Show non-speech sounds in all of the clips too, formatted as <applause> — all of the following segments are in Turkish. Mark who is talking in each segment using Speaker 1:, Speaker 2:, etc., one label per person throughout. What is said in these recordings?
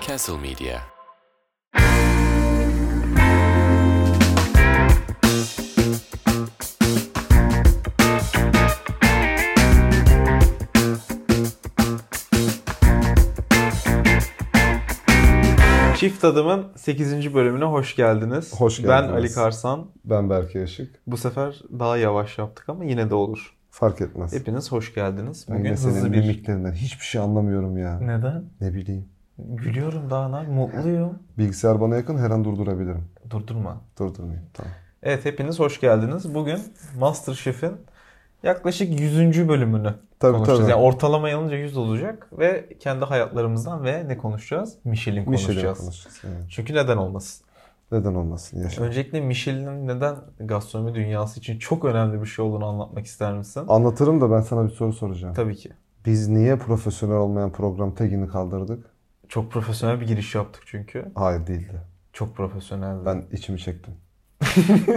Speaker 1: Castle Media.
Speaker 2: Çift Adam'ın 8. bölümüne hoş geldiniz.
Speaker 3: Hoş
Speaker 2: Ben
Speaker 3: geldiniz.
Speaker 2: Ali Karsan.
Speaker 3: Ben Berke Işık.
Speaker 2: Bu sefer daha yavaş yaptık ama yine de olur.
Speaker 3: Fark etmez.
Speaker 2: Hepiniz hoş geldiniz.
Speaker 3: ben
Speaker 2: Bugün
Speaker 3: de senin
Speaker 2: hızlı bir...
Speaker 3: mimiklerinden hiçbir şey anlamıyorum ya.
Speaker 2: Neden?
Speaker 3: Ne bileyim.
Speaker 2: Gülüyorum daha ne? Mutluyum.
Speaker 3: Bilgisayar bana yakın her an durdurabilirim.
Speaker 2: Durdurma.
Speaker 3: Durdurmayayım. Tamam.
Speaker 2: Evet hepiniz hoş geldiniz. Bugün MasterChef'in yaklaşık 100. bölümünü
Speaker 3: Tabii,
Speaker 2: konuşacağız.
Speaker 3: tabii.
Speaker 2: Yani ortalama alınca 100 olacak ve kendi hayatlarımızdan ve ne konuşacağız? Michelin konuşacağız.
Speaker 3: Michelin konuşacağız. evet.
Speaker 2: Çünkü neden olmasın?
Speaker 3: Neden olmasın? Yaşa.
Speaker 2: Öncelikle Michelin'in neden gastronomi dünyası için çok önemli bir şey olduğunu anlatmak ister misin?
Speaker 3: Anlatırım da ben sana bir soru soracağım.
Speaker 2: Tabii ki.
Speaker 3: Biz niye profesyonel olmayan program tagini kaldırdık?
Speaker 2: Çok profesyonel bir giriş yaptık çünkü.
Speaker 3: Hayır değildi.
Speaker 2: Çok profesyoneldi.
Speaker 3: Ben
Speaker 2: <laughs>
Speaker 3: içimi çektim.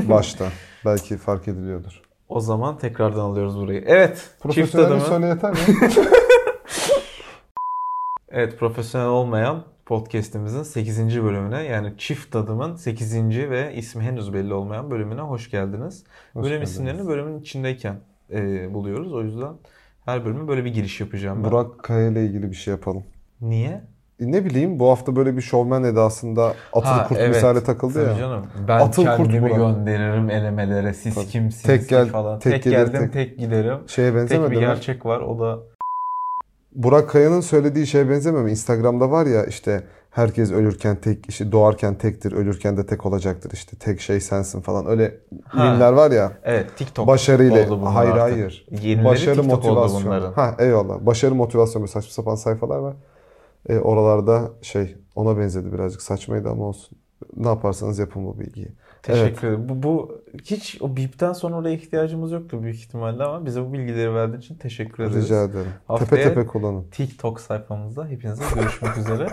Speaker 3: Başta. Belki fark ediliyordur.
Speaker 2: O zaman tekrardan alıyoruz burayı. Evet. Çift
Speaker 3: Profesyonel
Speaker 2: adamı.
Speaker 3: söyle
Speaker 2: <laughs>
Speaker 3: yeter mi?
Speaker 2: Evet profesyonel olmayan podcast'imizin 8. bölümüne yani çift adımın 8. ve ismi henüz belli olmayan bölümüne hoş geldiniz.
Speaker 3: Hoş
Speaker 2: Bölüm
Speaker 3: geldiniz.
Speaker 2: isimlerini bölümün içindeyken e, buluyoruz. O yüzden her bölüme böyle bir giriş yapacağım ben.
Speaker 3: Burak Kaya ile ilgili bir şey yapalım.
Speaker 2: Niye?
Speaker 3: E, Ne bileyim bu hafta böyle bir şovmen edasında atılı
Speaker 2: Ha,
Speaker 3: kurt
Speaker 2: evet.
Speaker 3: misali takıldı
Speaker 2: Tabii
Speaker 3: ya.
Speaker 2: canım. Ben
Speaker 3: Atıl kurt
Speaker 2: kendimi
Speaker 3: Burak.
Speaker 2: gönderirim elemelere. Siz
Speaker 3: Tabii.
Speaker 2: kimsiniz
Speaker 3: Tek
Speaker 2: siz
Speaker 3: gel-
Speaker 2: falan.
Speaker 3: tek
Speaker 2: Tek,
Speaker 3: gelir,
Speaker 2: geldim
Speaker 3: tek-
Speaker 2: tek giderim.
Speaker 3: Şeye
Speaker 2: Tek
Speaker 3: benzemedi
Speaker 2: bir
Speaker 3: mi?
Speaker 2: gerçek var o da
Speaker 3: Burak Kaya'nın söylediği şeye benzemiyor mu? Instagram'da var ya işte herkes ölürken tek, işte doğarken tektir, ölürken de tek olacaktır işte. Tek şey sensin falan. Öyle
Speaker 2: Ha.
Speaker 3: mimler var ya.
Speaker 2: Evet TikTok
Speaker 3: Başarıyla-
Speaker 2: oldu bunlar
Speaker 3: Hayır,
Speaker 2: artık.
Speaker 3: hayır.
Speaker 2: Yenileri
Speaker 3: Başarı
Speaker 2: TikTok oldu
Speaker 3: motivasyonu.
Speaker 2: bunların.
Speaker 3: Ha eyvallah. Başarı motivasyonu böyle saçma sapan sayfalar var. E, oralarda şey ona benzedi birazcık saçmaydı ama olsun. Ne yaparsanız yapın bu bilgiyi.
Speaker 2: Teşekkür ederim. Bu, bu hiç o bipten sonra oraya ihtiyacımız yoktu büyük ihtimalle ama bize bu bilgileri verdiğin için teşekkür ederiz.
Speaker 3: Rica ederim.
Speaker 2: Haftaya
Speaker 3: Tepe tepe kullanın.
Speaker 2: TikTok sayfamızda hepinize görüşmek
Speaker 3: <laughs>
Speaker 2: üzere.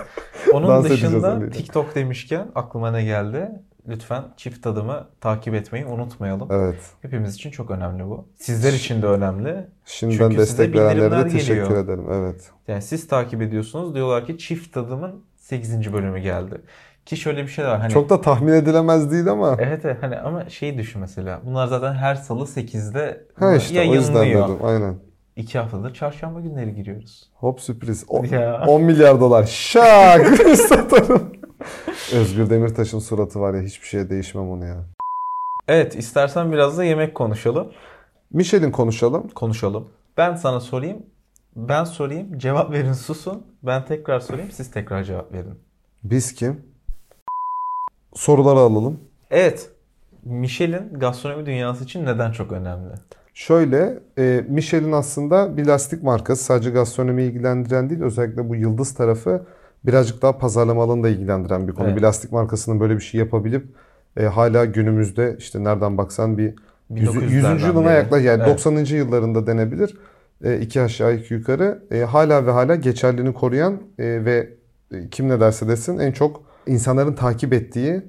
Speaker 2: Onun
Speaker 3: Dans edeceğiz
Speaker 2: dışında
Speaker 3: öyle.
Speaker 2: TikTok demişken aklıma ne geldi? Lütfen çift adımı takip etmeyi unutmayalım.
Speaker 3: Evet.
Speaker 2: Hepimiz için çok önemli bu. Sizler için de önemli.
Speaker 3: Şimdiden
Speaker 2: Çünkü size
Speaker 3: destek verenlere de
Speaker 2: bildirimler
Speaker 3: teşekkür
Speaker 2: geliyor.
Speaker 3: ederim. Evet.
Speaker 2: Yani siz takip ediyorsunuz. Diyorlar ki çift adımın 8. bölümü geldi. Ki şöyle bir şey de var. Hani
Speaker 3: Çok da tahmin edilemez değil ama.
Speaker 2: Evet evet hani ama şey düşün mesela. Bunlar zaten her salı 8'de
Speaker 3: Ha işte o yüzden
Speaker 2: yayınlıyor.
Speaker 3: dedim. Aynen.
Speaker 2: İki haftadır çarşamba günleri giriyoruz.
Speaker 3: Hop sürpriz. O-
Speaker 2: <laughs>
Speaker 3: <laughs>
Speaker 2: Ya.
Speaker 3: 10 milyar dolar. Şak! <laughs> Satarım. Özgür Demirtaş'ın suratı var ya hiçbir şeye değişmem onu ya.
Speaker 2: Evet istersen biraz da yemek konuşalım.
Speaker 3: Michelin konuşalım.
Speaker 2: Konuşalım. Ben sana sorayım. Ben sorayım. Cevap verin susun. Ben tekrar sorayım. Siz tekrar cevap verin.
Speaker 3: Biz kim? Soruları alalım.
Speaker 2: Evet. Michelin gastronomi dünyası için neden çok önemli?
Speaker 3: Şöyle, e, Michelin aslında bir lastik markası. Sadece gastronomiyi ilgilendiren değil, özellikle bu yıldız tarafı birazcık daha pazarlama alanını da ilgilendiren bir konu.
Speaker 2: Evet.
Speaker 3: Bir lastik markasının böyle bir şey yapabilip e, hala günümüzde işte nereden baksan bir 100.
Speaker 2: 1900'lerden
Speaker 3: yılına
Speaker 2: beri.
Speaker 3: yaklaş yani
Speaker 2: Evet.
Speaker 3: 90. yıllarında denebilir. E, iki aşağı iki yukarı E, hala ve hala geçerliliğini koruyan e, ve e, kim ne derse desin en çok insanların takip ettiği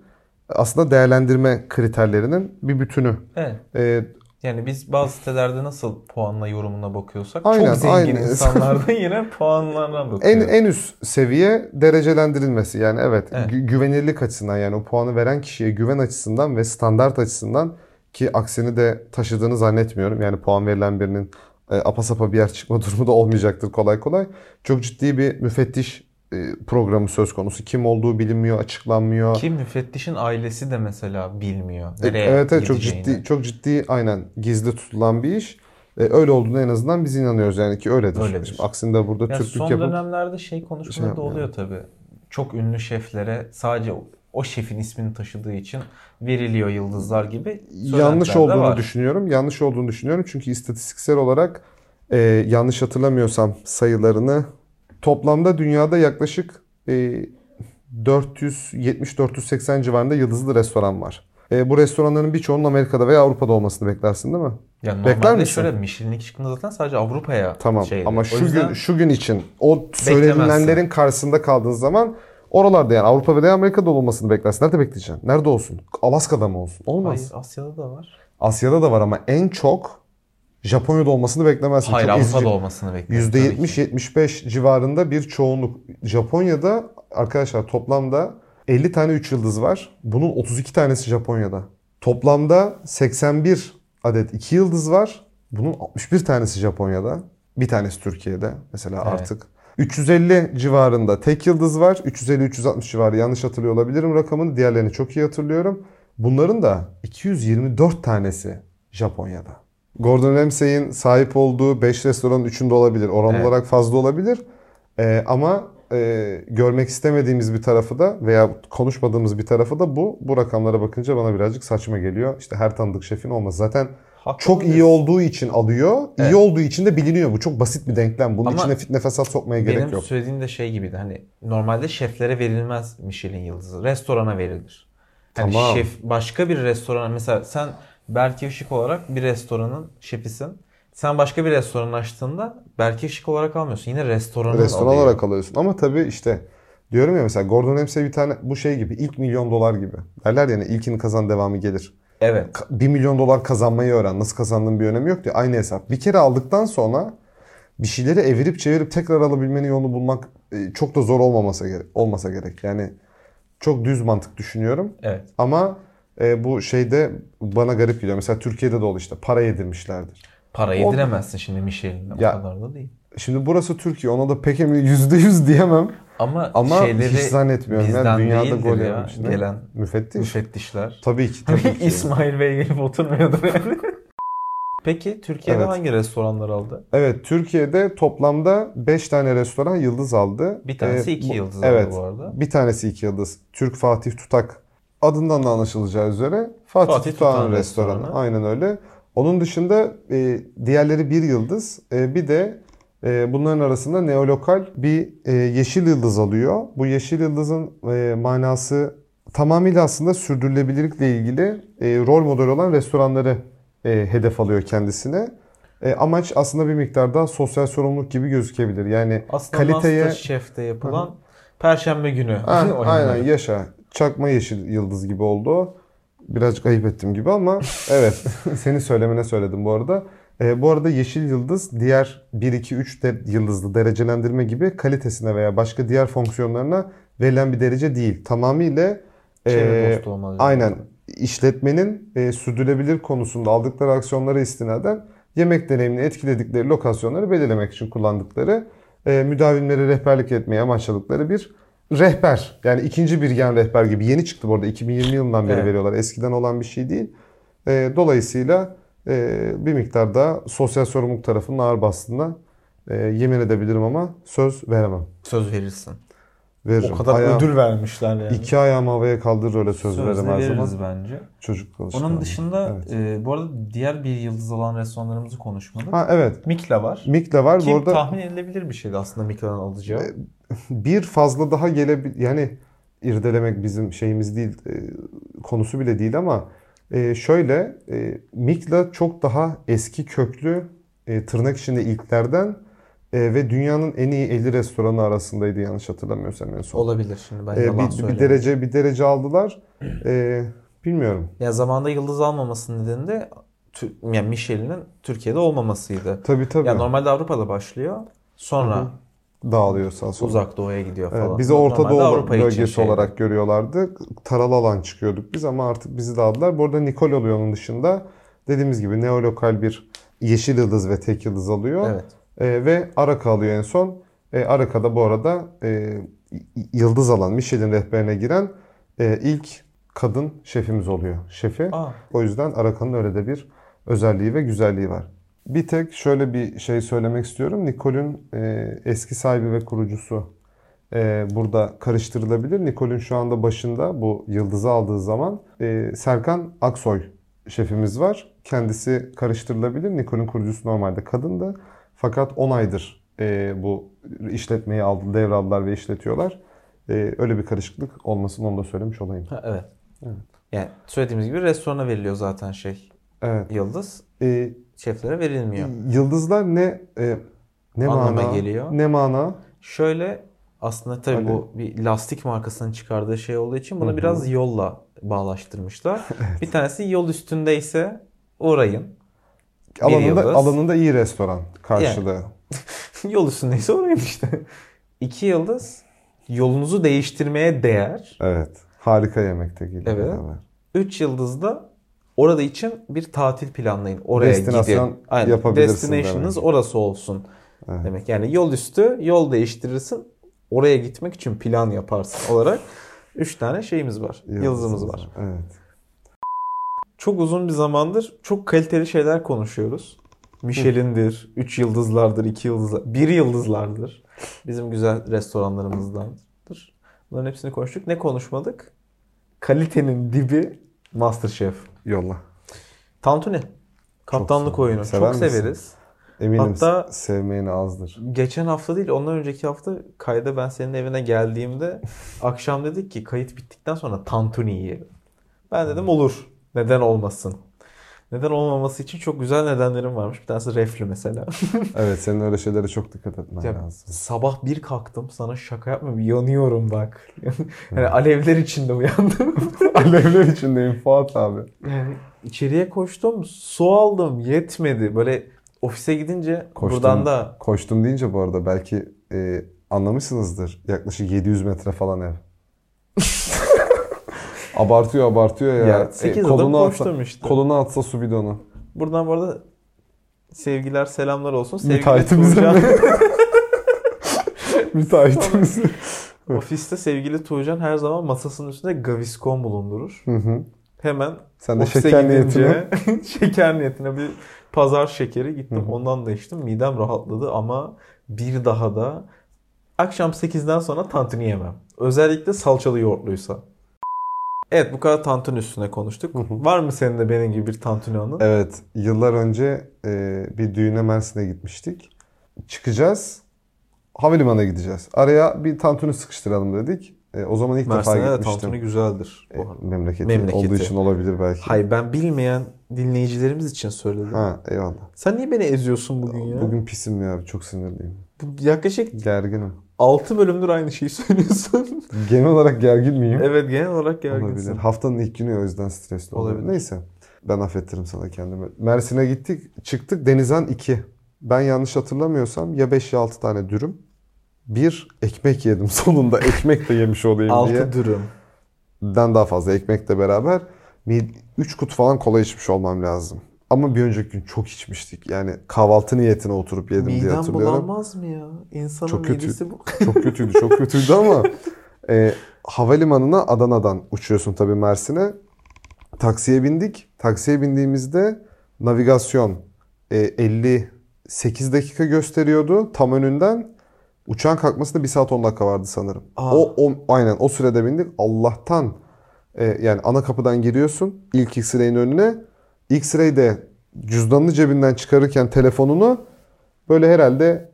Speaker 3: aslında değerlendirme kriterlerinin bir bütünü.
Speaker 2: Evet.
Speaker 3: E,
Speaker 2: Yani biz bazı sitelerde nasıl puanla yorumuna bakıyorsak
Speaker 3: Aynen,
Speaker 2: çok zengin
Speaker 3: aynen.
Speaker 2: insanlardan
Speaker 3: <laughs>
Speaker 2: yine puanlarına
Speaker 3: en
Speaker 2: bakıyoruz.
Speaker 3: en üst seviye derecelendirilmesi yani evet
Speaker 2: Evet.
Speaker 3: gü- güvenirlik açısından yani o puanı veren kişiye güven açısından ve standart açısından ki aksini de taşıdığını zannetmiyorum. Yani puan verilen birinin e, apasapa bir yer çıkma <laughs> durumu da olmayacaktır kolay kolay. Çok ciddi bir müfettiş e, programı söz konusu. Kim olduğu bilinmiyor, açıklanmıyor.
Speaker 2: Ki müfettişin ailesi de mesela bilmiyor.
Speaker 3: E,
Speaker 2: Nereye
Speaker 3: Evet evet çok
Speaker 2: gideceğini.
Speaker 3: ciddi çok ciddi aynen gizli tutulan bir iş. E, öyle olduğuna en azından biz inanıyoruz yani ki öyledir.
Speaker 2: Öyledir.
Speaker 3: Şimdi aksini de burada
Speaker 2: Ya
Speaker 3: Türklük
Speaker 2: son
Speaker 3: yapıp
Speaker 2: dönemlerde şey
Speaker 3: şey
Speaker 2: konuşmaları da
Speaker 3: yapmayalım.
Speaker 2: oluyor tabii. Çok ünlü şeflere sadece o- o şefin ismini taşıdığı için veriliyor yıldızlar gibi.
Speaker 3: yanlış
Speaker 2: söylentiler de
Speaker 3: olduğunu
Speaker 2: var.
Speaker 3: düşünüyorum. Yanlış olduğunu düşünüyorum çünkü istatistiksel olarak e, yanlış hatırlamıyorsam sayılarını toplamda dünyada yaklaşık e, 470-480 civarında yıldızlı restoran var. E, bu restoranların birçoğunun Amerika'da veya Avrupa'da olmasını beklersin değil mi?
Speaker 2: Ya normalde
Speaker 3: Bekler misin?
Speaker 2: şöyle Michelin'lik çıktığında zaten sadece Avrupa'ya
Speaker 3: Tamam
Speaker 2: şeydi.
Speaker 3: ama
Speaker 2: Şey, O
Speaker 3: şu
Speaker 2: yüzden
Speaker 3: gün şu gün için o söylenilenlerin karşısında kaldığınız zaman oralarda yani Avrupa veya Amerika'da olmasını beklersin. Nerede bekleyeceksin? Nerede olsun? Alaska'da mı olsun? Olmaz.
Speaker 2: Hayır, Asya'da da var.
Speaker 3: Asya'da da var ama en çok Japonya'da olmasını beklemezsin.
Speaker 2: Hayır
Speaker 3: Çok ezici.
Speaker 2: Avrupa'da olmasını bekliyorum. tabii ki.
Speaker 3: %70-75 civarında bir çoğunluk. Japonya'da arkadaşlar toplamda 50 tane 3 yıldız var. Bunun 32 tanesi Japonya'da. Toplamda 81 adet 2 yıldız var. Bunun 61 tanesi Japonya'da. Bir tanesi Türkiye'de mesela
Speaker 2: Evet.
Speaker 3: artık. 350 civarında tek yıldız var. 350-360 civarı yanlış hatırlıyor olabilirim rakamını. Diğerlerini çok iyi hatırlıyorum. Bunların da 224 tanesi Japonya'da. Gordon Ramsay'in sahip olduğu 5 restoranın 3'ünde olabilir. Oran
Speaker 2: Evet.
Speaker 3: olarak fazla olabilir. Ee, ama e, görmek istemediğimiz bir tarafı da veya konuşmadığımız bir tarafı da bu. Bu rakamlara bakınca bana birazcık saçma geliyor. İşte her tanıdık şefin olması. Zaten
Speaker 2: Haklı
Speaker 3: çok iyi
Speaker 2: diyorsun.
Speaker 3: olduğu için alıyor. iyi
Speaker 2: Evet.
Speaker 3: olduğu için de biliniyor. Bu çok basit bir denklem. Bunun
Speaker 2: Ama
Speaker 3: içine fitne fesat sokmaya
Speaker 2: Benim
Speaker 3: gerek yok.
Speaker 2: söylediğim de şey gibiydi. Hani normalde şeflere verilmez Michelin yıldızı. Restorana verilir. Hani
Speaker 3: Tamam.
Speaker 2: şef başka bir restorana mesela sen Berke Işık olarak bir restoranın şefisin. Sen başka bir restoran açtığında Berke Işık olarak almıyorsun. Yine restoranın
Speaker 3: Restoran
Speaker 2: alıyor.
Speaker 3: olarak alıyorsun. Ama tabii işte diyorum ya mesela Gordon Ramsay bir tane bu şey gibi ilk milyon dolar gibi. Derler yani ilkini kazan devamı gelir.
Speaker 2: Evet.
Speaker 3: 1 milyon dolar kazanmayı öğren. Nasıl kazandığın bir önemi yok diye aynı hesap. Bir kere aldıktan sonra bir şeyleri evirip çevirip tekrar alabilmenin yolunu bulmak e, çok da zor olmaması gerek, olmasa gerek. Yani çok düz mantık düşünüyorum.
Speaker 2: Evet.
Speaker 3: Ama e, bu şeyde bana garip geliyor. Mesela Türkiye'de de oldu işte para yedirmişlerdir.
Speaker 2: Para
Speaker 3: O-
Speaker 2: yediremezsin şimdi Michelin'le. O
Speaker 3: Ya-
Speaker 2: kadar da değil.
Speaker 3: Şimdi burası Türkiye. Ona da pek emin %100 diyemem.
Speaker 2: Ama,
Speaker 3: Ama
Speaker 2: şeyleri
Speaker 3: hiç zannetmiyorum.
Speaker 2: bizden
Speaker 3: Yani dünyada
Speaker 2: değildir
Speaker 3: gol
Speaker 2: ya,
Speaker 3: yemiş. değil mi?
Speaker 2: Gelen
Speaker 3: Müfettiş.
Speaker 2: müfettişler.
Speaker 3: Tabii ki. <laughs> Tabii
Speaker 2: <laughs>
Speaker 3: ki.
Speaker 2: İsmail Bey gelip oturmuyordu yani.
Speaker 3: <laughs>
Speaker 2: Peki Türkiye'de
Speaker 3: Evet.
Speaker 2: hangi restoranlar aldı?
Speaker 3: Evet Türkiye'de toplamda 5 tane restoran yıldız aldı.
Speaker 2: Bir tanesi
Speaker 3: Ee,
Speaker 2: iki
Speaker 3: bu-
Speaker 2: yıldız
Speaker 3: evet,
Speaker 2: aldı bu arada.
Speaker 3: Bir tanesi iki yıldız. Türk Fatih Tutak adından da anlaşılacağı üzere Fatih,
Speaker 2: Fatih
Speaker 3: Tutak'ın
Speaker 2: Tutak'ın
Speaker 3: restoranı.
Speaker 2: restoranı.
Speaker 3: Aynen öyle. Onun dışında e, diğerleri bir yıldız. E, bir de e, bunların arasında neolokal bir e, yeşil yıldız alıyor. Bu yeşil yıldızın e, manası tamamıyla aslında sürdürülebilirlikle ilgili e, rol model olan restoranları e, hedef alıyor kendisine. E, amaç aslında bir miktar daha sosyal sorumluluk gibi gözükebilir. Yani
Speaker 2: Aslında
Speaker 3: kaliteye...
Speaker 2: MasterChef'te yapılan Perşembe günü
Speaker 3: Ha,
Speaker 2: oyunları.
Speaker 3: Ah, aynen yaşa. Çakma yeşil yıldız gibi oldu. o. Birazcık ayıp ettim gibi ama evet. <laughs> Senin söylemene söyledim bu arada. Ee, bu arada yeşil yıldız diğer 1, 2, 3 de- yıldızlı derecelendirme gibi kalitesine veya başka diğer fonksiyonlarına verilen bir derece değil. Tamamıyla
Speaker 2: Çevre
Speaker 3: ee,
Speaker 2: dostu olmalı.
Speaker 3: aynen işletmenin e, sürdürülebilir konusunda aldıkları aksiyonlara istinaden yemek deneyimini etkiledikleri lokasyonları belirlemek için kullandıkları e, müdavimlere rehberlik etmeye amaçladıkları bir rehber. Yani ikinci bir gen rehber gibi yeni çıktı bu arada 2020 yılından beri
Speaker 2: Evet.
Speaker 3: veriyorlar. Eskiden olan bir şey değil. E, dolayısıyla e, bir miktar daha sosyal sorumluluk tarafının ağır bastığına e, yemin edebilirim ama söz veremem.
Speaker 2: Söz verirsin.
Speaker 3: Veririm.
Speaker 2: O kadar
Speaker 3: Ayağı-
Speaker 2: ödül vermişler yani.
Speaker 3: iki ayağımı havaya kaldırır öyle söz
Speaker 2: Sözde
Speaker 3: veririm her zaman.
Speaker 2: veririz bence.
Speaker 3: Çocuk
Speaker 2: Onun dışında
Speaker 3: Evet.
Speaker 2: e, bu arada diğer bir yıldız alan restoranlarımızı konuşmadık.
Speaker 3: Ha evet.
Speaker 2: Mikla var.
Speaker 3: Mikla var.
Speaker 2: Ki
Speaker 3: Bu arada E,
Speaker 2: tahmin edilebilir bir şeydi aslında Mikla'nın alacağı.
Speaker 3: bir fazla daha gelebilir. Yani irdelemek bizim şeyimiz değil. e, konusu bile değil ama e, şöyle e, Mikla çok daha eski köklü e, tırnak içinde ilklerden e, ve dünyanın en iyi 50 restoranı arasındaydı yanlış hatırlamıyorsam en son.
Speaker 2: Olabilir şimdi ben
Speaker 3: E,
Speaker 2: yalan
Speaker 3: bir, bir
Speaker 2: söyleyeyim.
Speaker 3: derece bir derece aldılar. E, bilmiyorum.
Speaker 2: Ya zamanda yıldız almamasının nedeni de Tü- yani Michelin'in Türkiye'de olmamasıydı.
Speaker 3: Tabii tabii.
Speaker 2: Ya normalde Avrupa'da başlıyor. Sonra
Speaker 3: Hı Dağılıyor sağ sola.
Speaker 2: uzak doğuya gidiyor
Speaker 3: Evet,
Speaker 2: falan.
Speaker 3: bizi Orta
Speaker 2: Normalde
Speaker 3: Doğu
Speaker 2: Avrupa için
Speaker 3: bölgesi
Speaker 2: şey.
Speaker 3: olarak görüyorlardı. Taralı alan çıkıyorduk biz ama artık bizi de aldılar. Bu arada Nikol oluyor onun dışında. Dediğimiz gibi neolokal bir yeşil yıldız ve tek yıldız alıyor.
Speaker 2: Evet.
Speaker 3: <laughs> E, ve Araka alıyor en son. E, Araka'da bu arada e, y- yıldız alan Michelin rehberine giren e, ilk kadın şefimiz oluyor. Şefi.
Speaker 2: Aa,
Speaker 3: O yüzden Araka'nın öyle de bir özelliği ve güzelliği var. Bir tek şöyle bir şey söylemek istiyorum. Nikol'ün e, eski sahibi ve kurucusu e, burada karıştırılabilir. Nikol'ün şu anda başında bu yıldızı aldığı zaman e, Serkan Aksoy şefimiz var. Kendisi karıştırılabilir. Nikol'ün kurucusu normalde kadındı. Fakat 10 aydır e, bu işletmeyi aldı, devraldılar ve işletiyorlar. E, öyle bir karışıklık olmasın onu da söylemiş olayım.
Speaker 2: ha, evet. Yani söylediğimiz gibi restorana veriliyor zaten şey.
Speaker 3: Evet.
Speaker 2: Yıldız
Speaker 3: E,
Speaker 2: şeflere
Speaker 3: Hmm.
Speaker 2: verilmiyor.
Speaker 3: Yıldızlar ne e, ne
Speaker 2: Anlama
Speaker 3: mana
Speaker 2: geliyor.
Speaker 3: Ne mana?
Speaker 2: Şöyle aslında tabii bu bir lastik markasının çıkardığı şey olduğu için bunu
Speaker 3: Hani- Hı hı.
Speaker 2: biraz
Speaker 3: <laughs>
Speaker 2: yolla bağlaştırmışlar. Bir tanesi yol üstünde ise uğrayın. <laughs>
Speaker 3: alanında,
Speaker 2: yıldız.
Speaker 3: alanında iyi restoran karşılığı.
Speaker 2: Yol üstündeyse oraya işte. İki yıldız yolunuzu değiştirmeye değer.
Speaker 3: Evet. Harika yemek de geliyor.
Speaker 2: Evet.
Speaker 3: beraber.
Speaker 2: Üç yıldız da orada için bir tatil planlayın. Oraya
Speaker 3: Destinasyon
Speaker 2: gidin. Aynen.
Speaker 3: yapabilirsin
Speaker 2: Destination'ınız orası olsun. Demek yani yol üstü yol değiştirirsin. Oraya gitmek için plan yaparsın olarak. Üç tane şeyimiz var. Yıldızımız var.
Speaker 3: Evet.
Speaker 2: Çok uzun bir zamandır çok kaliteli şeyler konuşuyoruz. Michelin'dir, 3 yıldızlardır, 2 yıldızlar, 1 yıldızlardır. Bizim güzel restoranlarımızdandır. Bunların hepsini konuştuk. Ne konuşmadık? Kalitenin dibi MasterChef.
Speaker 3: Yolla.
Speaker 2: Tantuni. Kaptanlık
Speaker 3: severim.
Speaker 2: oyunu.
Speaker 3: Sever
Speaker 2: çok
Speaker 3: misin?
Speaker 2: severiz.
Speaker 3: Eminim
Speaker 2: Hatta-
Speaker 3: sevmeyeni azdır.
Speaker 2: Geçen hafta değil, ondan önceki hafta kayda ben senin evine
Speaker 3: <laughs>
Speaker 2: geldiğimde akşam dedik ki kayıt bittikten sonra tantuni yiyelim. Ben
Speaker 3: Hmm.
Speaker 2: dedim olur. Neden olmasın? Neden olmaması için çok güzel nedenlerim varmış. Bir tanesi reflü mesela. <laughs>
Speaker 3: Evet senin öyle şeylere çok dikkat etmen
Speaker 2: Ya,
Speaker 3: lazım. <laughs>
Speaker 2: Sabah bir kalktım sana şaka yapmıyorum. Yanıyorum bak. <laughs>
Speaker 3: Hmm.
Speaker 2: Yani alevler içinde
Speaker 3: <laughs>
Speaker 2: uyandım.
Speaker 3: Alevler içindeyim Fuat abi.
Speaker 2: Yani içeriye koştum. Su aldım. Yetmedi. Böyle ofise gidince
Speaker 3: Koştum.
Speaker 2: buradan da
Speaker 3: Koştum deyince bu arada belki e, anlamışsınızdır. Yaklaşık 700 metre
Speaker 2: <laughs>
Speaker 3: falan ev. abartıyor abartıyor ya. E,
Speaker 2: ya, 8 adım
Speaker 3: atsa,
Speaker 2: koştum işte.
Speaker 3: kolunu atsa su bidonu.
Speaker 2: Buradan bu arada sevgiler selamlar olsun. Sevgili
Speaker 3: Müteahhitimize
Speaker 2: Tuğcan.
Speaker 3: Müteahhitimiz.
Speaker 2: <laughs> ofiste sevgili Tuğcan her zaman masasının üstünde gaviskon bulundurur.
Speaker 3: Hı hı.
Speaker 2: Hemen
Speaker 3: Sen de
Speaker 2: ofise
Speaker 3: şeker niyetine.
Speaker 2: gidince <laughs> şeker niyetine bir pazar şekeri gittim.
Speaker 3: Hı hı.
Speaker 2: Ondan da içtim. Midem rahatladı ama bir daha da akşam 8'den sonra tantuni yemem. Özellikle salçalı yoğurtluysa. Evet bu kadar tantuni üstüne konuştuk.
Speaker 3: Hı hı.
Speaker 2: Var mı senin de benim gibi bir tantuni anın?
Speaker 3: Evet, yıllar önce e, bir düğüne Mersin'e gitmiştik. Çıkacağız, havalimanına gideceğiz. Araya bir tantuni sıkıştıralım dedik. E, o zaman ilk defa
Speaker 2: Mersin'de de
Speaker 3: gitmiştim.
Speaker 2: tantuni güzeldir. bu arada.
Speaker 3: E, memleketi,
Speaker 2: Memleketi.
Speaker 3: olduğu için olabilir belki.
Speaker 2: Hayır ben bilmeyen dinleyicilerimiz için söyledim.
Speaker 3: Ha, eyvallah.
Speaker 2: Sen niye beni eziyorsun bugün ya?
Speaker 3: Bugün pisim ya, çok sinirliyim.
Speaker 2: Bu Yaklaşık
Speaker 3: Gerginim.
Speaker 2: 6 bölümdür aynı şeyi <laughs> söylüyorsun.
Speaker 3: Genel olarak gergin miyim?
Speaker 2: evet genel olarak gerginsin.
Speaker 3: Olabilir. Haftanın ilk günü o yüzden stresli oluyor.
Speaker 2: Olabilir.
Speaker 3: Neyse. Ben affettirim sana kendimi. Mersin'e gittik. Çıktık. Denizhan 2. Ben yanlış hatırlamıyorsam ya 5 ya 6 tane dürüm. Bir ekmek yedim <laughs> sonunda. Ekmek de yemiş olayım diye.
Speaker 2: 6 dürüm.
Speaker 3: Den daha fazla ekmekle beraber 3 kut falan kola içmiş olmam lazım. Ama bir önceki gün çok içmiştik. Yani kahvaltı niyetine oturup yedim diye
Speaker 2: Midem
Speaker 3: hatırlıyorum.
Speaker 2: bulanmaz mı ya? İnsanın
Speaker 3: Çok kötü.
Speaker 2: midesi bu.
Speaker 3: Çok kötüydü, çok kötüydü ama e, havalimanına Adana'dan uçuyorsun tabii Mersin'e. Taksiye bindik. Taksiye bindiğimizde navigasyon e, 58 dakika gösteriyordu tam önünden. Uçağın kalkmasında 1 saat 10 dakika vardı sanırım.
Speaker 2: Aa.
Speaker 3: O, o aynen o sürede bindik. Allah'tan e, yani ana kapıdan giriyorsun ilk X-ray'in önüne. X-ray de cüzdanını cebinden çıkarırken telefonunu böyle herhalde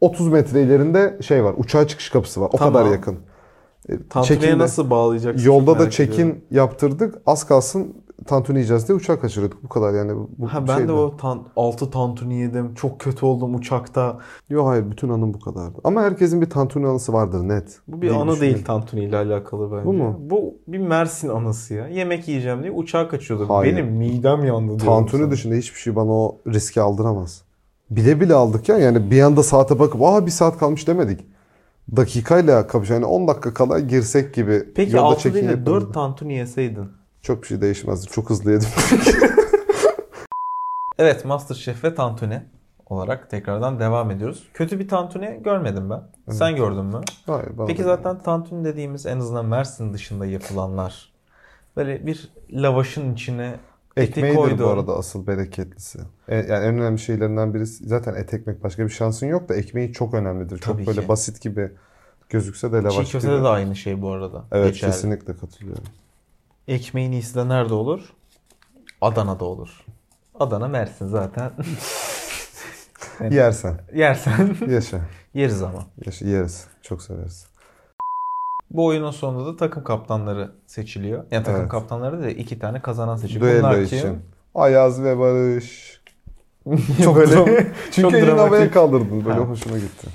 Speaker 3: 30 metre ilerinde şey var. Uçağa çıkış kapısı var. O
Speaker 2: Tamam.
Speaker 3: kadar yakın. E,
Speaker 2: Tantuniye
Speaker 3: check-in de-
Speaker 2: nasıl bağlayacaksın?
Speaker 3: Yolda da
Speaker 2: çekin.
Speaker 3: check-in yaptırdık. Az kalsın tantuni yiyeceğiz diye uçağı kaçırdık. Bu kadar yani. Bu- Bu
Speaker 2: Ha ben
Speaker 3: şeydi.
Speaker 2: de o tan 6 tantuni yedim. Çok kötü oldum uçakta.
Speaker 3: Yok hayır bütün anım bu kadardı. Ama herkesin bir tantuni anısı vardır net.
Speaker 2: Bu bir
Speaker 3: Diye
Speaker 2: anı
Speaker 3: düşünüyorum.
Speaker 2: değil tantuni ile alakalı bence.
Speaker 3: Bu mu?
Speaker 2: Bu bir Mersin anısı ya. Yemek yiyeceğim diye uçağa kaçıyordum.
Speaker 3: Hayır.
Speaker 2: Benim midem yandı diyorum sana.
Speaker 3: Tantuni dışında hiçbir şey bana o riski aldıramaz. Bile bile aldık ya. Yani bir anda saate bakıp aa bir saat kalmış demedik. Dakikayla kapış. Yani 10 dakika kala girsek gibi.
Speaker 2: Peki
Speaker 3: Yolda
Speaker 2: 6
Speaker 3: check-in
Speaker 2: değil de
Speaker 3: yapalım.
Speaker 2: 4 tantuni yeseydin.
Speaker 3: Çok bir şey değişmezdi. Çok hızlı yedim. <laughs>
Speaker 2: Evet MasterChef ve Tantuni olarak tekrardan devam ediyoruz. Kötü bir Tantuni görmedim ben. Sen gördün mü?
Speaker 3: Hayır, bana
Speaker 2: Peki
Speaker 3: da-
Speaker 2: zaten Tantuni dediğimiz en azından Mersin dışında yapılanlar. Böyle bir lavaşın içine eti
Speaker 3: Ekmeğidir
Speaker 2: koydu.
Speaker 3: bu arada asıl bereketlisi. E, yani en önemli şeylerinden birisi zaten et ekmek başka bir şansın yok da ekmeği çok önemlidir. Çok
Speaker 2: Tabii
Speaker 3: böyle
Speaker 2: ki.
Speaker 3: basit gibi gözükse de
Speaker 2: Çiğ
Speaker 3: lavaş gibi.
Speaker 2: köfte de aynı şey bu arada.
Speaker 3: Evet
Speaker 2: Geçerli.
Speaker 3: kesinlikle katılıyorum.
Speaker 2: Ekmeğin iyisi de nerede olur? Adana'da olur. Adana Mersin zaten. <laughs> Evet.
Speaker 3: Yersen.
Speaker 2: Yersen <laughs>
Speaker 3: Yaşa.
Speaker 2: yeriz ama.
Speaker 3: Yaşa. Yeriz. Çok severiz.
Speaker 2: Bu oyunun sonunda da takım kaptanları seçiliyor. Yani takım
Speaker 3: Evet.
Speaker 2: kaptanları da iki tane kazanan seçiliyor.
Speaker 3: Düello
Speaker 2: Bunlar kim?
Speaker 3: için. Ayaz
Speaker 2: <laughs>
Speaker 3: ve Barış. Çok
Speaker 2: Böyle-
Speaker 3: dram- <laughs> Çünkü
Speaker 2: çok
Speaker 3: elini
Speaker 2: dramatik.
Speaker 3: havaya kaldırdın. Böyle
Speaker 2: Ha.
Speaker 3: hoşuma gitti.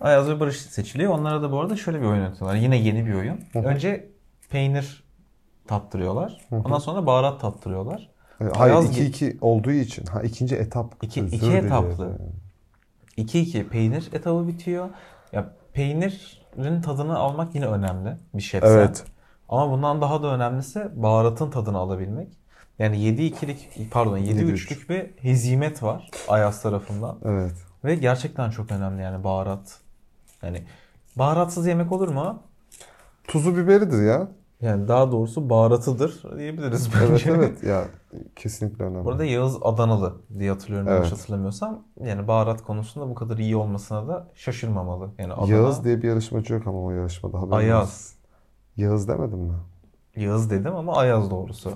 Speaker 2: Ayaz ve Barış seçiliyor. Onlara da bu arada şöyle bir oyun oynatıyorlar. Yine yeni bir oyun.
Speaker 3: hı.
Speaker 2: Önce peynir tattırıyorlar.
Speaker 3: hı.
Speaker 2: Ondan sonra baharat tattırıyorlar.
Speaker 3: E, Hayır
Speaker 2: Ayaz
Speaker 3: 2-2 olduğu için. Ha ikinci etap.
Speaker 2: İki-
Speaker 3: Özür
Speaker 2: iki
Speaker 3: dilerim.
Speaker 2: etaplı. 2-2 peynir etabı bitiyor. Ya peynirin tadını almak yine önemli bir şefsen.
Speaker 3: Evet.
Speaker 2: Ama bundan daha da önemlisi baharatın tadını alabilmek. Yani 7-2'lik pardon 7-3'lük bir hezimet var Ayaz tarafından.
Speaker 3: Evet.
Speaker 2: Ve gerçekten çok önemli yani baharat. Yani baharatsız yemek olur mu?
Speaker 3: Tuzu biberidir ya.
Speaker 2: Yani daha doğrusu baharatıdır diyebiliriz bence. <laughs>
Speaker 3: Evet evet ya kesinlikle önemli.
Speaker 2: Bu arada Yağız Adanalı diye hatırlıyorum yanlış
Speaker 3: Evet.
Speaker 2: hatırlamıyorsam. Yani baharat konusunda bu kadar iyi olmasına da şaşırmamalı. Yani Adana,
Speaker 3: Yağız diye bir yarışmacı yok ama o yarışmada haberiniz.
Speaker 2: Ayaz.
Speaker 3: Yağız demedim mi?
Speaker 2: Yağız dedim ama Ayaz doğrusu.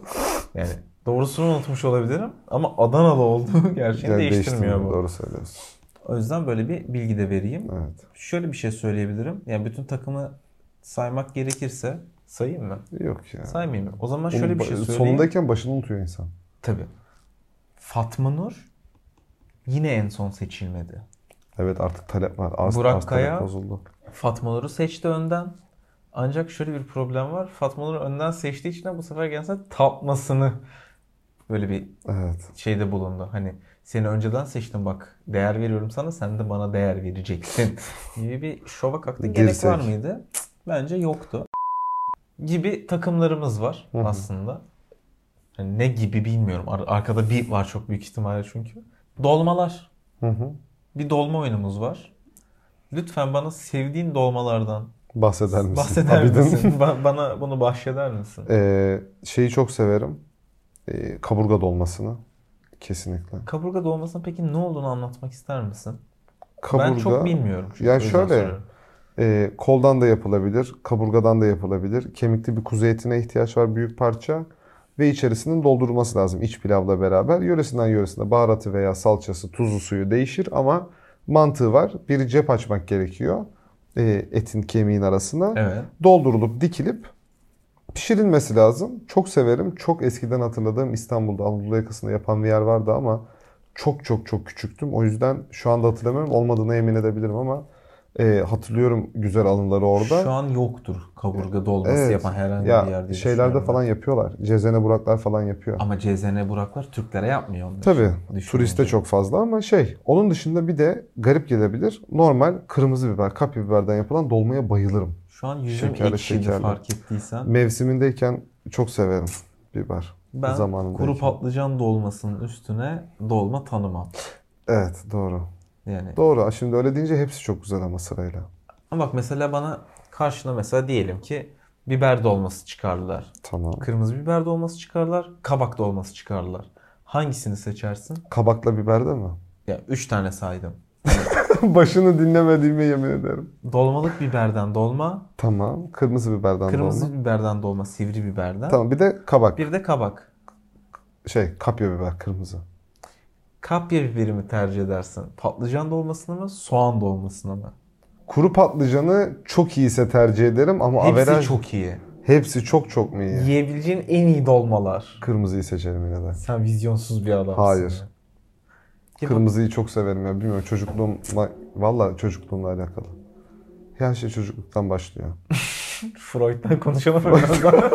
Speaker 2: Yani doğrusunu unutmuş olabilirim ama Adanalı olduğu <laughs> gerçeğini
Speaker 3: Yani
Speaker 2: değiştirmiyor bu.
Speaker 3: Doğru söylüyorsun.
Speaker 2: O yüzden böyle bir bilgi de vereyim.
Speaker 3: Evet.
Speaker 2: Şöyle bir şey söyleyebilirim. Yani bütün takımı saymak gerekirse sayayım mı?
Speaker 3: Yok ya.
Speaker 2: Saymayayım mı? O zaman
Speaker 3: Onun
Speaker 2: şöyle bir
Speaker 3: ba-
Speaker 2: şey söyleyeyim.
Speaker 3: Sonundayken başını unutuyor insan.
Speaker 2: Tabii. Fatma Nur yine en son seçilmedi.
Speaker 3: Evet artık talep var. Az,
Speaker 2: Burak
Speaker 3: az talep
Speaker 2: Kaya.
Speaker 3: bozuldu.
Speaker 2: Fatmaları seçti önden. Ancak şöyle bir problem var. Fatmaları önden seçtiği için de bu sefer gençler tapmasını böyle bir
Speaker 3: Evet.
Speaker 2: şeyde bulundu. Hani seni önceden seçtim bak değer veriyorum sana sen de bana değer
Speaker 3: <laughs>
Speaker 2: vereceksin gibi bir şova kalktı. Gerek
Speaker 3: Girsek.
Speaker 2: var mıydı? Cık, Bence yoktu. Gibi takımlarımız var
Speaker 3: Hı hı.
Speaker 2: aslında. Hani ne gibi bilmiyorum. Ar- Arkada bir var çok büyük ihtimalle çünkü. Dolmalar.
Speaker 3: Hı hı.
Speaker 2: Bir dolma oyunumuz var. Lütfen bana sevdiğin dolmalardan
Speaker 3: Bahseder misin?
Speaker 2: bahseder
Speaker 3: Abidin.
Speaker 2: misin? <laughs> Ba- bana bunu bahşeder misin?
Speaker 3: <laughs> Ee, şeyi çok severim. Ee, kaburga dolmasını. Kesinlikle.
Speaker 2: Kaburga dolmasının peki ne olduğunu anlatmak ister misin?
Speaker 3: Kaburga.
Speaker 2: Ben çok bilmiyorum. çünkü,
Speaker 3: Ya
Speaker 2: o yüzden
Speaker 3: şöyle,
Speaker 2: soruyorum.
Speaker 3: Ee, koldan da yapılabilir, kaburgadan da yapılabilir. Kemikli bir kuzu etine ihtiyaç var büyük parça ve içerisinin doldurulması lazım iç pilavla beraber. Yöresinden yöresine baharatı veya salçası, tuzu, suyu değişir ama mantığı var. Bir cep açmak gerekiyor ee, etin kemiğin arasına.
Speaker 2: Evet.
Speaker 3: Doldurulup dikilip pişirilmesi lazım. Çok severim. Çok eskiden hatırladığım İstanbul'da Anadolu yakasında yapan bir yer vardı ama çok çok çok küçüktüm. O yüzden şu anda hatırlamıyorum. Olmadığına emin edebilirim ama e, hatırlıyorum güzel anıları orada.
Speaker 2: Şu an yoktur kaburga dolması
Speaker 3: Evet.
Speaker 2: yapan herhangi bir
Speaker 3: ya
Speaker 2: yerde.
Speaker 3: şeylerde falan yapıyorlar. Cezene Buraklar falan yapıyor.
Speaker 2: Ama CZN Buraklar Türklere yapmıyor onları.
Speaker 3: Tabii
Speaker 2: Düşününce.
Speaker 3: turiste çok fazla ama şey onun dışında bir de garip gelebilir. Normal kırmızı biber, kapya biberden yapılan dolmaya bayılırım.
Speaker 2: Şu an yüzüm
Speaker 3: Şekerli,
Speaker 2: ekşidi
Speaker 3: şekerli.
Speaker 2: fark ettiysen.
Speaker 3: Mevsimindeyken çok severim biber.
Speaker 2: Ben
Speaker 3: Zamanındayken.
Speaker 2: kuru patlıcan dolmasının üstüne dolma tanımam.
Speaker 3: Evet doğru.
Speaker 2: Yani
Speaker 3: Doğru. Şimdi öyle deyince hepsi çok güzel ama sırayla.
Speaker 2: Ama bak mesela bana karşına mesela diyelim ki biber dolması çıkardılar.
Speaker 3: Tamam.
Speaker 2: Kırmızı biber dolması çıkardılar. Kabak dolması çıkardılar. Hangisini seçersin?
Speaker 3: Kabakla biber de mi? <laughs>
Speaker 2: Ya üç tane saydım.
Speaker 3: Başını dinlemediğime yemin ederim.
Speaker 2: Dolmalık biberden dolma,
Speaker 3: Tamam. Kırmızı biberden
Speaker 2: kırmızı
Speaker 3: dolma.
Speaker 2: biberden dolma, sivri biberden.
Speaker 3: Tamam. Bir de kabak.
Speaker 2: Bir de kabak.
Speaker 3: Şey kapya biber kırmızı.
Speaker 2: Kapya biberi mi tercih edersin? Patlıcan dolmasını mı, soğan dolmasını mı?
Speaker 3: Kuru patlıcanı çok iyiyse tercih ederim ama
Speaker 2: Hepsi
Speaker 3: averaj
Speaker 2: çok iyi.
Speaker 3: hepsi çok çok mu iyi?
Speaker 2: Yiyebileceğin en iyi dolmalar.
Speaker 3: Kırmızıyı seçerim yine de.
Speaker 2: Sen vizyonsuz bir adamsın.
Speaker 3: Hayır.
Speaker 2: ya. Ya bak-
Speaker 3: Kırmızıyı çok severim ya. Bilmiyorum çocukluğumla valla çocukluğumla alakalı. Her şey çocukluktan başlıyor.
Speaker 2: Freud'dan konuşalım
Speaker 3: <laughs>
Speaker 2: birazdan.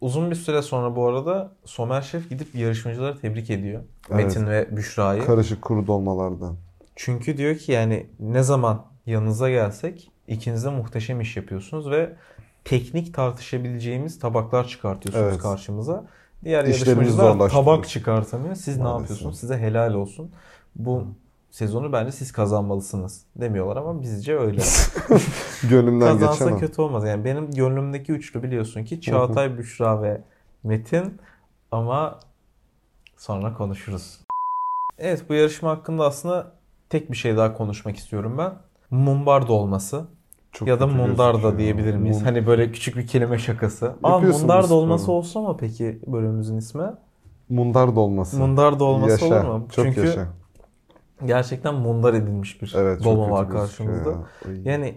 Speaker 2: Uzun bir süre sonra bu arada Somer Şef gidip yarışmacıları tebrik ediyor.
Speaker 3: Evet.
Speaker 2: Metin ve Büşra'yı.
Speaker 3: Karışık kuru dolmalardan.
Speaker 2: Çünkü diyor ki yani ne zaman yanınıza gelsek ikiniz de muhteşem iş yapıyorsunuz ve teknik tartışabileceğimiz tabaklar çıkartıyorsunuz
Speaker 3: Evet.
Speaker 2: karşımıza. Diğer
Speaker 3: İşlerimiz
Speaker 2: yarışmacılar
Speaker 3: zorlaştı.
Speaker 2: tabak çıkartamıyor. Siz ne
Speaker 3: Maalesef.
Speaker 2: yapıyorsunuz? Size helal olsun. Bu sezonu bence siz kazanmalısınız demiyorlar ama bizce
Speaker 3: <laughs>
Speaker 2: öyle.
Speaker 3: Gönlümden geçen
Speaker 2: Kazansa
Speaker 3: o.
Speaker 2: kötü olmaz. Yani benim gönlümdeki üçlü biliyorsun ki Çağatay, Büşra ve Metin ama sonra konuşuruz. Evet bu yarışma hakkında aslında tek bir şey daha konuşmak istiyorum ben. Mumbar dolması
Speaker 3: Çok
Speaker 2: ya da
Speaker 3: kötü
Speaker 2: mundar da
Speaker 3: gözüküyor.
Speaker 2: diyebilir miyiz?
Speaker 3: Mum-
Speaker 2: Hani böyle küçük bir kelime şakası. Aa
Speaker 3: Yapıyorsun bu
Speaker 2: mundar
Speaker 3: sporu.
Speaker 2: dolması olsa mı peki bölümümüzün ismi?
Speaker 3: Mundar dolması.
Speaker 2: Mundar dolması
Speaker 3: yaşa.
Speaker 2: olur mu?
Speaker 3: Çok
Speaker 2: Çünkü
Speaker 3: yaşa.
Speaker 2: gerçekten mundar edilmiş bir
Speaker 3: Evet, çok
Speaker 2: dolma
Speaker 3: kötü
Speaker 2: var
Speaker 3: gözüküyor
Speaker 2: karşımızda.
Speaker 3: ya. Ay.
Speaker 2: Yani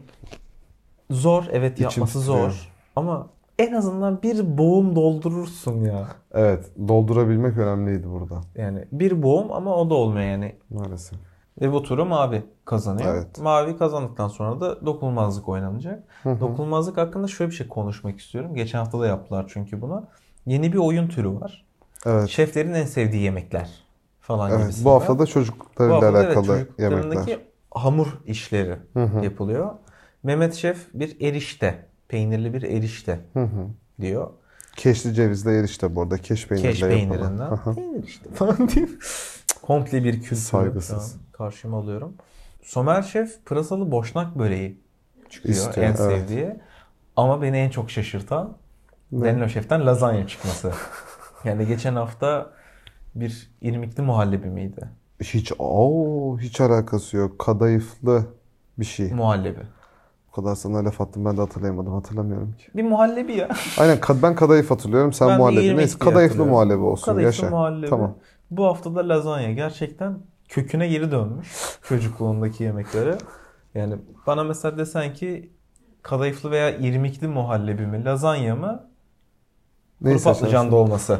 Speaker 2: zor evet
Speaker 3: İçim
Speaker 2: yapması
Speaker 3: titriyor.
Speaker 2: zor ama en azından bir boğum doldurursun ya.
Speaker 3: Evet, doldurabilmek önemliydi burada
Speaker 2: Yani bir boğum ama o da olmuyor yani.
Speaker 3: maalesef.
Speaker 2: Ve bu turu mavi kazanıyor.
Speaker 3: Evet.
Speaker 2: Mavi kazandıktan sonra da dokunulmazlık oynanacak. dokunulmazlık hakkında şöyle bir şey konuşmak istiyorum. Geçen hafta da yaptılar çünkü bunu. Yeni bir oyun türü var.
Speaker 3: Evet.
Speaker 2: Şeflerin en sevdiği yemekler falan
Speaker 3: evet.
Speaker 2: gibisinden.
Speaker 3: Bu hafta da
Speaker 2: Bu
Speaker 3: çocuklarıyla
Speaker 2: hafta da evet,
Speaker 3: alakalı
Speaker 2: çocuklarındaki
Speaker 3: yemekler.
Speaker 2: hamur işleri yapılıyor. Mehmet Şef bir erişte, peynirli bir erişte diyor.
Speaker 3: Keşli cevizle erişte bu arada. Keş peynirle
Speaker 2: Keş
Speaker 3: yapılan.
Speaker 2: peynirinden. Peynir işte <laughs> falan diyeyim. Komple bir kültürü
Speaker 3: Saygısız.
Speaker 2: şu an karşıma alıyorum. Somer Şef pırasalı boşnak böreği çıkıyor
Speaker 3: İstiyor,
Speaker 2: en
Speaker 3: evet.
Speaker 2: sevdiği. Ama beni en çok şaşırtan Danilo Şef'ten lazanya
Speaker 3: <laughs>
Speaker 2: çıkması. yani geçen hafta bir irmikli muhallebi miydi?
Speaker 3: Hiç o hiç alakası yok. Kadayıflı bir şey.
Speaker 2: Muhallebi.
Speaker 3: Bu kadar sana laf attım ben de hatırlayamadım. Hatırlamıyorum ki.
Speaker 2: Bir muhallebi ya.
Speaker 3: Aynen kad- ben kadayıf hatırlıyorum. Sen
Speaker 2: Ben de
Speaker 3: muhallebi.
Speaker 2: irmik
Speaker 3: Neyse
Speaker 2: diye
Speaker 3: kadayıflı
Speaker 2: hatırlıyorum.
Speaker 3: muhallebi olsun.
Speaker 2: Kadayıflı
Speaker 3: Yaşa.
Speaker 2: muhallebi.
Speaker 3: Tamam.
Speaker 2: Bu hafta da lazanya gerçekten köküne geri dönmüş çocukluğundaki yemeklere. Yani bana mesela desen ki kadayıflı veya irmikli muhallebi mi, lazanya mı,
Speaker 3: Neyi
Speaker 2: kuru patlıcan
Speaker 3: seçersin? <laughs>
Speaker 2: dolması.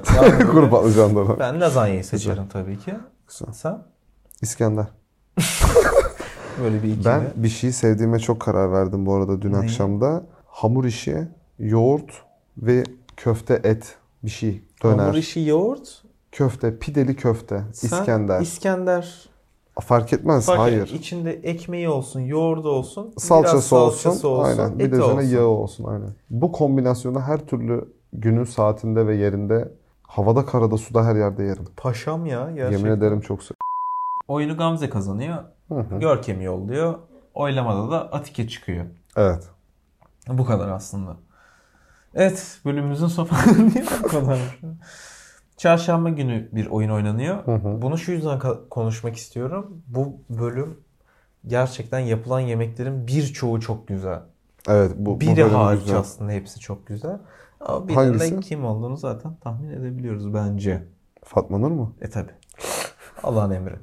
Speaker 3: Kuru patlıcan dolu.
Speaker 2: ben lazanyayı seçerim tabii ki.
Speaker 3: Güzel.
Speaker 2: Sen
Speaker 3: İskender.
Speaker 2: böyle bir ikili.
Speaker 3: Ben bir şeyi sevdiğime çok karar verdim bu arada dün
Speaker 2: Neyi?
Speaker 3: akşamda. Hamur işi, yoğurt ve köfte et bir şey. Döner.
Speaker 2: hamur işi yoğurt,
Speaker 3: Köfte, pideli köfte.
Speaker 2: sen
Speaker 3: İskender.
Speaker 2: İskender.
Speaker 3: Fark etmez.
Speaker 2: Fark
Speaker 3: Hayır.
Speaker 2: et, içinde ekmeği olsun, yoğurdu olsun,
Speaker 3: Salçası,
Speaker 2: biraz salçası olsun,
Speaker 3: aynen. Bir
Speaker 2: eti
Speaker 3: de üzerine
Speaker 2: olsun.
Speaker 3: yağı olsun aynen. Bu kombinasyonu her türlü günün saatinde ve yerinde havada, karada, suda her yerde yerim.
Speaker 2: Paşam ya gerçekten.
Speaker 3: Yemin ederim çok sev-
Speaker 2: Oyunu Gamze kazanıyor.
Speaker 3: Hı hı.
Speaker 2: Görkem'i yolluyor. Oylamada da Atike çıkıyor.
Speaker 3: Evet.
Speaker 2: Bu kadar aslında. Evet bölümümüzün <laughs> sonuna diyor bu kadar. Çarşamba günü bir oyun oynanıyor.
Speaker 3: hı.
Speaker 2: Bunu şu yüzden ka- konuşmak istiyorum. Bu bölüm gerçekten yapılan yemeklerin birçoğu çok güzel.
Speaker 3: Evet bu, bu
Speaker 2: Biri
Speaker 3: bölüm
Speaker 2: hariç
Speaker 3: güzel.
Speaker 2: aslında hepsi çok güzel. Ama birinin
Speaker 3: Hangisi?
Speaker 2: de kim olduğunu zaten tahmin edebiliyoruz bence.
Speaker 3: Fatma Nur mu?
Speaker 2: E tabi. Allah'ın emri.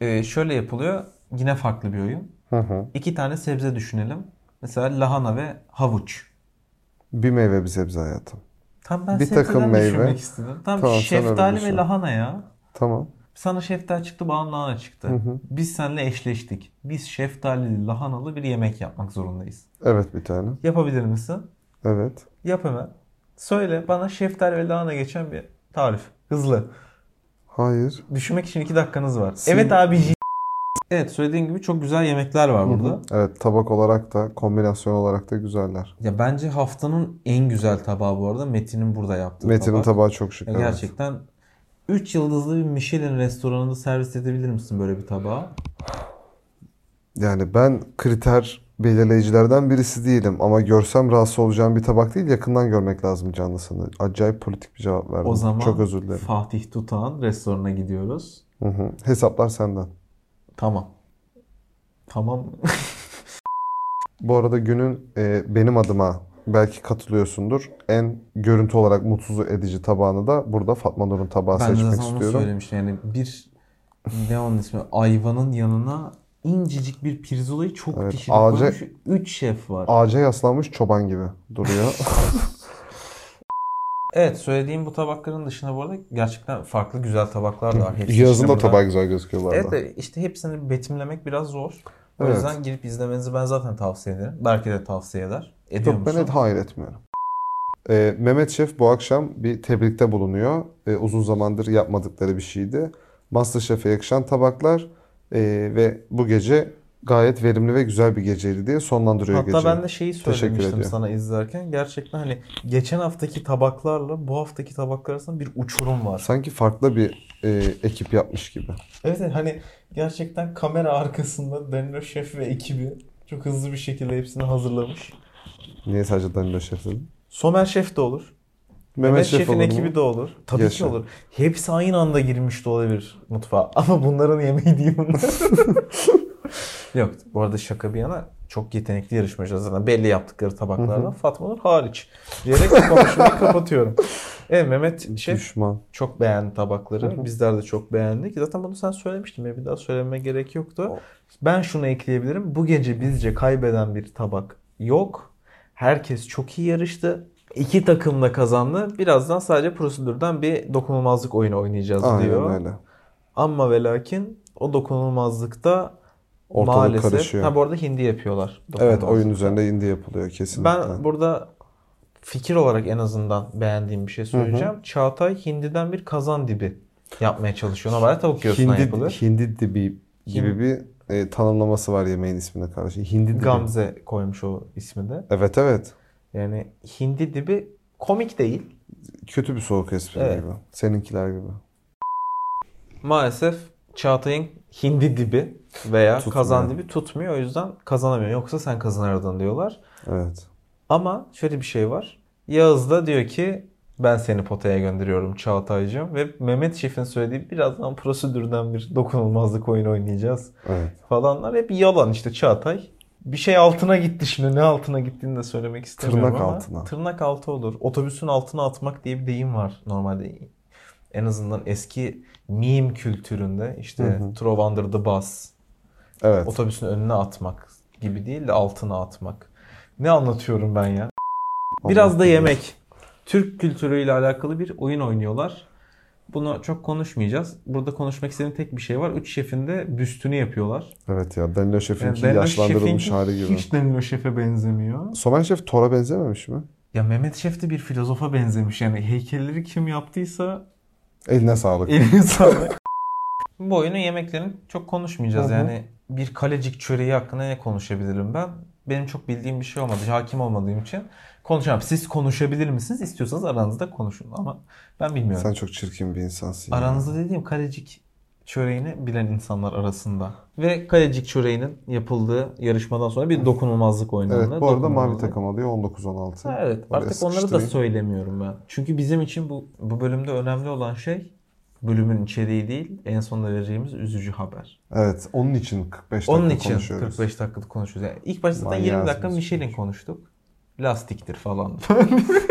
Speaker 2: Ee, şöyle yapılıyor. Yine farklı bir oyun.
Speaker 3: Hı hı.
Speaker 2: İki tane sebze düşünelim. Mesela lahana ve havuç.
Speaker 3: Bir meyve bir sebze hayatım.
Speaker 2: Tam ben
Speaker 3: Bir
Speaker 2: sebzeden
Speaker 3: takım meyve.
Speaker 2: düşünmek istedim. Tam
Speaker 3: Tamam, sen öyle
Speaker 2: şeftali
Speaker 3: düşün.
Speaker 2: ve lahana ya.
Speaker 3: Tamam.
Speaker 2: Sana şeftali çıktı, bana lahana çıktı. Biz seninle eşleştik. Biz şeftalili, lahanalı bir yemek yapmak zorundayız.
Speaker 3: Evet bir tane.
Speaker 2: Yapabilir misin?
Speaker 3: Evet.
Speaker 2: Yap hemen. Söyle bana şeftali ve lahana geçen bir tarif. Hızlı.
Speaker 3: Hayır.
Speaker 2: Düşünmek için iki dakikanız var.
Speaker 3: Sin-
Speaker 2: Evet abici. Evet söylediğin gibi çok güzel yemekler var burada.
Speaker 3: Evet tabak olarak da kombinasyon olarak da güzeller.
Speaker 2: Ya bence haftanın en güzel tabağı bu arada Metin'in burada yaptığı
Speaker 3: Metin'in
Speaker 2: tabak. E,
Speaker 3: tabağı çok şık.
Speaker 2: Ya
Speaker 3: evet.
Speaker 2: Gerçekten 3 yıldızlı bir Michelin restoranında servis edebilir misin böyle bir tabağa?
Speaker 3: Yani ben kriter belirleyicilerden birisi değilim ama görsem rahatsız olacağım bir tabak değil yakından görmek lazım canlısını. Acayip politik bir cevap verdim.
Speaker 2: O zaman
Speaker 3: Çok özür dilerim.
Speaker 2: Fatih Tutağ'ın restoranına gidiyoruz.
Speaker 3: Hı hı. Hesaplar senden.
Speaker 2: Tamam. Tamam.
Speaker 3: Bu arada günün e, benim adıma belki katılıyorsundur. En görüntü olarak mutsuz edici tabağını da burada Fatma Nur'un tabağı
Speaker 2: ben de
Speaker 3: seçmek
Speaker 2: zaten onu
Speaker 3: istiyorum.
Speaker 2: söylemiştim. Yani bir ne onun ismi? Ayvanın yanına incecik bir pirzolayı çok
Speaker 3: Evet,
Speaker 2: pişirip
Speaker 3: ağaca-
Speaker 2: koymuş. 3 şef var.
Speaker 3: Ağaca yaslanmış çoban gibi
Speaker 2: <laughs>
Speaker 3: duruyor.
Speaker 2: Evet söylediğim bu tabakların dışında bu arada gerçekten farklı güzel tabaklar da var. Hepsi
Speaker 3: Yazın
Speaker 2: işte
Speaker 3: da
Speaker 2: burada-
Speaker 3: tabağı güzel gözüküyor bu
Speaker 2: Evet
Speaker 3: arada.
Speaker 2: de işte hepsini betimlemek biraz zor. O
Speaker 3: Evet.
Speaker 2: yüzden girip izlemenizi ben zaten tavsiye ederim. Belki de tavsiye eder. Ediyor
Speaker 3: Yok ben
Speaker 2: musun?
Speaker 3: et hayır etmiyorum. Ee, Mehmet Şef bu akşam bir tebrikte bulunuyor. Ee, uzun zamandır yapmadıkları bir şeydi. MasterChef'e yakışan tabaklar ee, ve bu gece gayet verimli ve güzel bir geceydi diye sonlandırıyor
Speaker 2: Hatta
Speaker 3: geceyi.
Speaker 2: ben de şeyi
Speaker 3: Teşekkür
Speaker 2: söylemiştim
Speaker 3: ediyorum.
Speaker 2: sana izlerken. Gerçekten hani geçen haftaki tabaklarla bu haftaki tabaklar arasında bir uçurum var.
Speaker 3: Sanki farklı bir ee, ekip yapmış gibi.
Speaker 2: Evet evet, hani gerçekten kamera arkasında Danilo Şef ve ekibi çok hızlı bir şekilde hepsini hazırlamış.
Speaker 3: Niye sadece Danilo Şef dedim?
Speaker 2: Somer Şef de olur.
Speaker 3: Mehmet
Speaker 2: Mehmet
Speaker 3: Şef
Speaker 2: Şef'in
Speaker 3: olur mu?
Speaker 2: ekibi de olur. Tabii ki
Speaker 3: Yaşa.
Speaker 2: olur. Hepsi aynı anda girmiş de olabilir mutfağa. <laughs> Ama bunların yemeği değil bunlar. <laughs> Yok bu arada şaka bir yana çok yetenekli yarışmacılar zaten belli yaptıkları tabaklardan Fatma Nur hariç diyerek konuşmayı <laughs> kapatıyorum. Evet Mehmet Şef
Speaker 3: Düşman.
Speaker 2: çok beğendi tabakları. Bizler de çok beğendik. Zaten bunu sen söylemiştin. ya, Bir daha söylememe gerek yoktu. Ben şunu ekleyebilirim. Bu gece bizce kaybeden bir tabak yok. Herkes çok iyi yarıştı. İki takım da kazandı. Birazdan sadece prosedürden bir dokunulmazlık oyunu oynayacağız
Speaker 3: Aynen
Speaker 2: diyor.
Speaker 3: öyle.
Speaker 2: Ama ve lakin o dokunulmazlıkta
Speaker 3: Ortalık
Speaker 2: maalesef...
Speaker 3: karışıyor.
Speaker 2: Ha bu arada hindi yapıyorlar.
Speaker 3: Evet
Speaker 2: dokunulmazlıkta.
Speaker 3: oyun üzerinde indi yapılıyor kesinlikle.
Speaker 2: Ben burada fikir olarak en azından beğendiğim bir şey söyleyeceğim. Çağatay hindiden bir kazan dibi yapmaya çalışıyor. Normalde tavuk göğsünden
Speaker 3: Hindi,
Speaker 2: yapılır.
Speaker 3: hindi dibi gibi bir e, tanımlaması var yemeğin ismine karşı. Hindi dibi.
Speaker 2: Gamze koymuş o ismi de.
Speaker 3: Evet evet.
Speaker 2: Yani hindi dibi komik değil.
Speaker 3: Kötü bir soğuk espri
Speaker 2: Evet.
Speaker 3: gibi. Seninkiler gibi.
Speaker 2: Maalesef Çağatay'ın hindi dibi veya
Speaker 3: Tutmuyor.
Speaker 2: kazan dibi tutmuyor. O yüzden kazanamıyor. Yoksa sen kazanırdın diyorlar.
Speaker 3: Evet.
Speaker 2: Ama şöyle bir şey var. Yağız da diyor ki ben seni potaya gönderiyorum Çağatay'cığım. Ve Mehmet Şef'in söylediği birazdan prosedürden bir dokunulmazlık oyunu oynayacağız
Speaker 3: Evet.
Speaker 2: falanlar. Hep yalan işte Çağatay. Bir şey altına gitti şimdi. Ne altına gittiğini de söylemek istemiyorum
Speaker 3: Tırnak
Speaker 2: ama.
Speaker 3: altına.
Speaker 2: Tırnak altı olur. Otobüsün altına atmak diye bir deyim var normalde. En azından eski meme kültüründe işte
Speaker 3: Hı hı.
Speaker 2: throw under the bus,
Speaker 3: Evet.
Speaker 2: otobüsün önüne atmak gibi değil de altına atmak. Ne anlatıyorum ben ya? Biraz da yemek. Türk kültürüyle alakalı bir oyun oynuyorlar. Bunu çok konuşmayacağız. Burada konuşmak istediğim tek bir şey var. Üç şefin de büstünü yapıyorlar.
Speaker 3: Evet ya. Danilo Şef'in
Speaker 2: Yani Danilo
Speaker 3: yaşlandırılmış
Speaker 2: Şef'inki
Speaker 3: hali gibi.
Speaker 2: Hiç Danilo Şef'e benzemiyor.
Speaker 3: Somer Şef Thor'a benzememiş mi?
Speaker 2: Ya Mehmet Şef de bir filozofa benzemiş. Yani heykelleri kim yaptıysa
Speaker 3: Eline sağlık.
Speaker 2: elini sağlık. <laughs> Bu oyunun yemeklerini çok konuşmayacağız.
Speaker 3: Hı hı.
Speaker 2: Yani bir kalecik çöreği hakkında ne konuşabilirim ben? Benim çok bildiğim bir şey olmadı. Hakim olmadığım için konuşamam. Siz konuşabilir misiniz? İstiyorsanız aranızda konuşun ama ben bilmiyorum.
Speaker 3: Sen çok çirkin bir insansın. ya.
Speaker 2: Aranızda dediğim kalecik çöreğini bilen insanlar arasında. Ve kalecik çöreğinin yapıldığı yarışmadan sonra bir dokunulmazlık oynandı.
Speaker 3: Evet bu arada mavi
Speaker 2: Dokunulmazlık-
Speaker 3: takım alıyor 19-16.
Speaker 2: Evet
Speaker 3: Oraya
Speaker 2: artık onları da
Speaker 3: sıkıştırayım.
Speaker 2: söylemiyorum ben. Çünkü bizim için bu, bu bölümde önemli olan şey bölümün içeriği değil en sonunda vereceğimiz üzücü haber.
Speaker 3: Evet onun için 45
Speaker 2: Onun
Speaker 3: dakika
Speaker 2: için
Speaker 3: konuşuyoruz.
Speaker 2: 45 dakikalık konuşuyoruz. Yani ilk başta zaten
Speaker 3: Manyağı
Speaker 2: 20 dakika
Speaker 3: ağzımız
Speaker 2: Michelin
Speaker 3: konuşuyor.
Speaker 2: konuştuk. Lastiktir falan.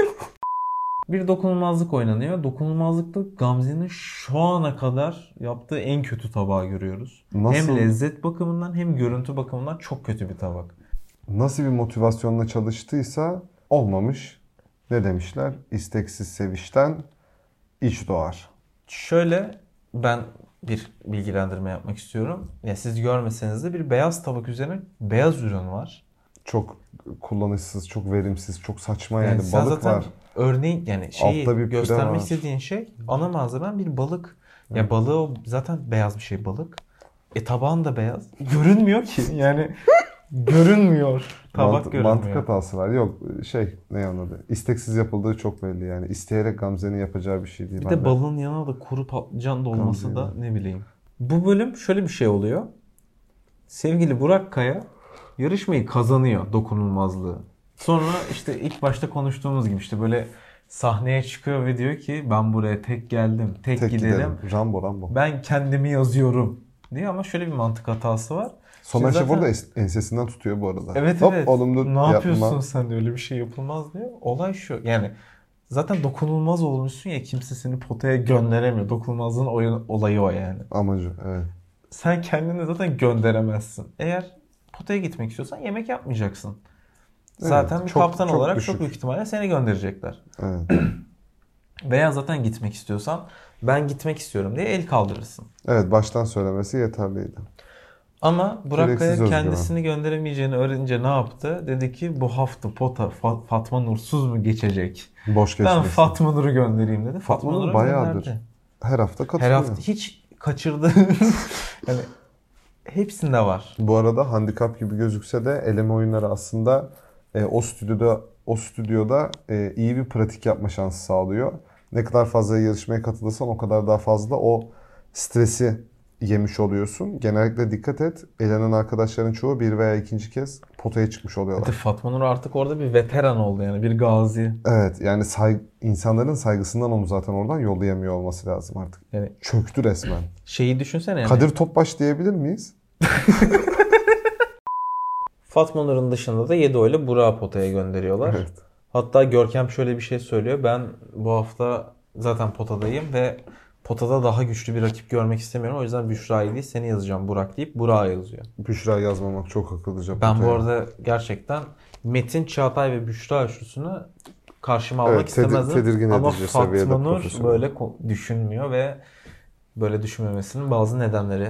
Speaker 2: <laughs> bir dokunulmazlık oynanıyor. Dokunulmazlıkta Gamze'nin şu ana kadar yaptığı en kötü tabağı görüyoruz.
Speaker 3: Nasıl,
Speaker 2: Hem lezzet bakımından hem görüntü bakımından çok kötü bir tabak.
Speaker 3: nasıl bir motivasyonla çalıştıysa olmamış. Ne demişler? İsteksiz sevişten iç doğar.
Speaker 2: Şöyle ben bir bilgilendirme yapmak istiyorum. Ya siz görmeseniz de bir beyaz tabak üzerine beyaz ürün var.
Speaker 3: Çok kullanışsız, çok verimsiz, çok saçma
Speaker 2: Yani
Speaker 3: yani,
Speaker 2: sen
Speaker 3: balık
Speaker 2: zaten
Speaker 3: var.
Speaker 2: örneğin yani şeyi
Speaker 3: Altta bir püre
Speaker 2: göstermek
Speaker 3: var.
Speaker 2: istediğin şey ana malzemen bir balık. Ya balığı o- zaten beyaz bir şey balık. E tabağın da beyaz. Görünmüyor
Speaker 3: <laughs>
Speaker 2: ki. Yani görünmüyor. Tabak
Speaker 3: Mant-
Speaker 2: görünmüyor.
Speaker 3: mantık hatası var. Yok şey ne anladı? İsteksiz yapıldığı çok belli yani. İsteyerek Gamze'nin yapacağı bir şey değil.
Speaker 2: Bir
Speaker 3: Ben
Speaker 2: de balığın yanına da kuru patlıcan dolması da
Speaker 3: Kandıyorum.
Speaker 2: ne bileyim. Bu bölüm şöyle bir şey oluyor. Sevgili Burak Kaya yarışmayı kazanıyor dokunulmazlığı. Sonra işte ilk başta konuştuğumuz gibi işte böyle sahneye çıkıyor ve diyor ki ben buraya tek geldim, tek,
Speaker 3: tek
Speaker 2: giderim.
Speaker 3: gidelim. Rambo Rambo.
Speaker 2: Ben kendimi yazıyorum diyor ama şöyle bir mantık hatası var.
Speaker 3: Somer
Speaker 2: Şimdi
Speaker 3: Şef
Speaker 2: şey zaten-
Speaker 3: orada es- ensesinden tutuyor bu arada.
Speaker 2: Evet
Speaker 3: Hop,
Speaker 2: evet.
Speaker 3: oğlum dur
Speaker 2: ne
Speaker 3: yapma.
Speaker 2: yapıyorsun sen de öyle bir şey yapılmaz diyor. Olay şu yani zaten dokunulmaz olmuşsun ya kimse seni potaya gönderemiyor. Dokunulmazlığın oyun, olayı o yani.
Speaker 3: Amacı evet.
Speaker 2: Sen kendini zaten gönderemezsin. Eğer potaya gitmek istiyorsan yemek yapmayacaksın. Zaten bir
Speaker 3: çok-
Speaker 2: kaptan
Speaker 3: çok
Speaker 2: olarak çok
Speaker 3: düşük.
Speaker 2: büyük ihtimalle seni gönderecekler.
Speaker 3: Evet.
Speaker 2: <clears throat> Veya zaten gitmek istiyorsan ben gitmek istiyorum diye el kaldırırsın.
Speaker 3: evet baştan söylemesi yeterliydi.
Speaker 2: Ama Burak
Speaker 3: Gereksiz
Speaker 2: Kaya
Speaker 3: özgüven.
Speaker 2: kendisini gönderemeyeceğini öğrenince ne yaptı? Dedi ki bu hafta pota Fa- Fatma Nursuz mu geçecek?
Speaker 3: Boş
Speaker 2: Ben
Speaker 3: geçmesin.
Speaker 2: Fatma Nur'u göndereyim dedi. Fatma,
Speaker 3: Fatma Nur
Speaker 2: Nur'u
Speaker 3: bayağıdır
Speaker 2: gönderdi.
Speaker 3: Her hafta
Speaker 2: Her
Speaker 3: katılıyor.
Speaker 2: hafta hiç kaçırdı. <laughs> yani hepsinde var.
Speaker 3: Bu arada handikap gibi gözükse de eleme oyunları aslında e, o stüdyoda o stüdyoda e, iyi bir pratik yapma şansı sağlıyor. Ne kadar fazla yarışmaya katılırsan o kadar daha fazla o stresi yemiş oluyorsun. Genellikle dikkat et. Elenen arkadaşların çoğu bir veya ikinci kez potaya çıkmış oluyorlar.
Speaker 2: Hatta Fatma Nur artık orada bir veteran oldu yani bir gazi.
Speaker 3: Evet yani say- insanların saygısından onu zaten oradan yollayamıyor olması lazım artık.
Speaker 2: Yani
Speaker 3: Çöktü resmen.
Speaker 2: şeyi düşünsene yani.
Speaker 3: Kadir Topbaş diyebilir miyiz?
Speaker 2: Fatma Nur'un dışında da Yedo ile Burak'ı potaya gönderiyorlar.
Speaker 3: Evet.
Speaker 2: Hatta Görkem şöyle bir şey söylüyor. Ben bu hafta zaten potadayım ve potada daha güçlü bir rakip görmek istemiyorum. O yüzden Büşra'yı değil seni yazacağım Burak deyip Burak'a yazıyor.
Speaker 3: Büşra yazmamak çok akıllıca.
Speaker 2: Ben bu
Speaker 3: potaya.
Speaker 2: arada gerçekten Metin, Çağatay ve Büşra üçlüsünü karşıma almak
Speaker 3: Evet, tedir-
Speaker 2: istemezdim.
Speaker 3: tedirgin
Speaker 2: Ama
Speaker 3: edici seviyede
Speaker 2: Fatma Nur
Speaker 3: profesyonel.
Speaker 2: böyle ko- düşünmüyor ve böyle düşünmemesinin bazı nedenleri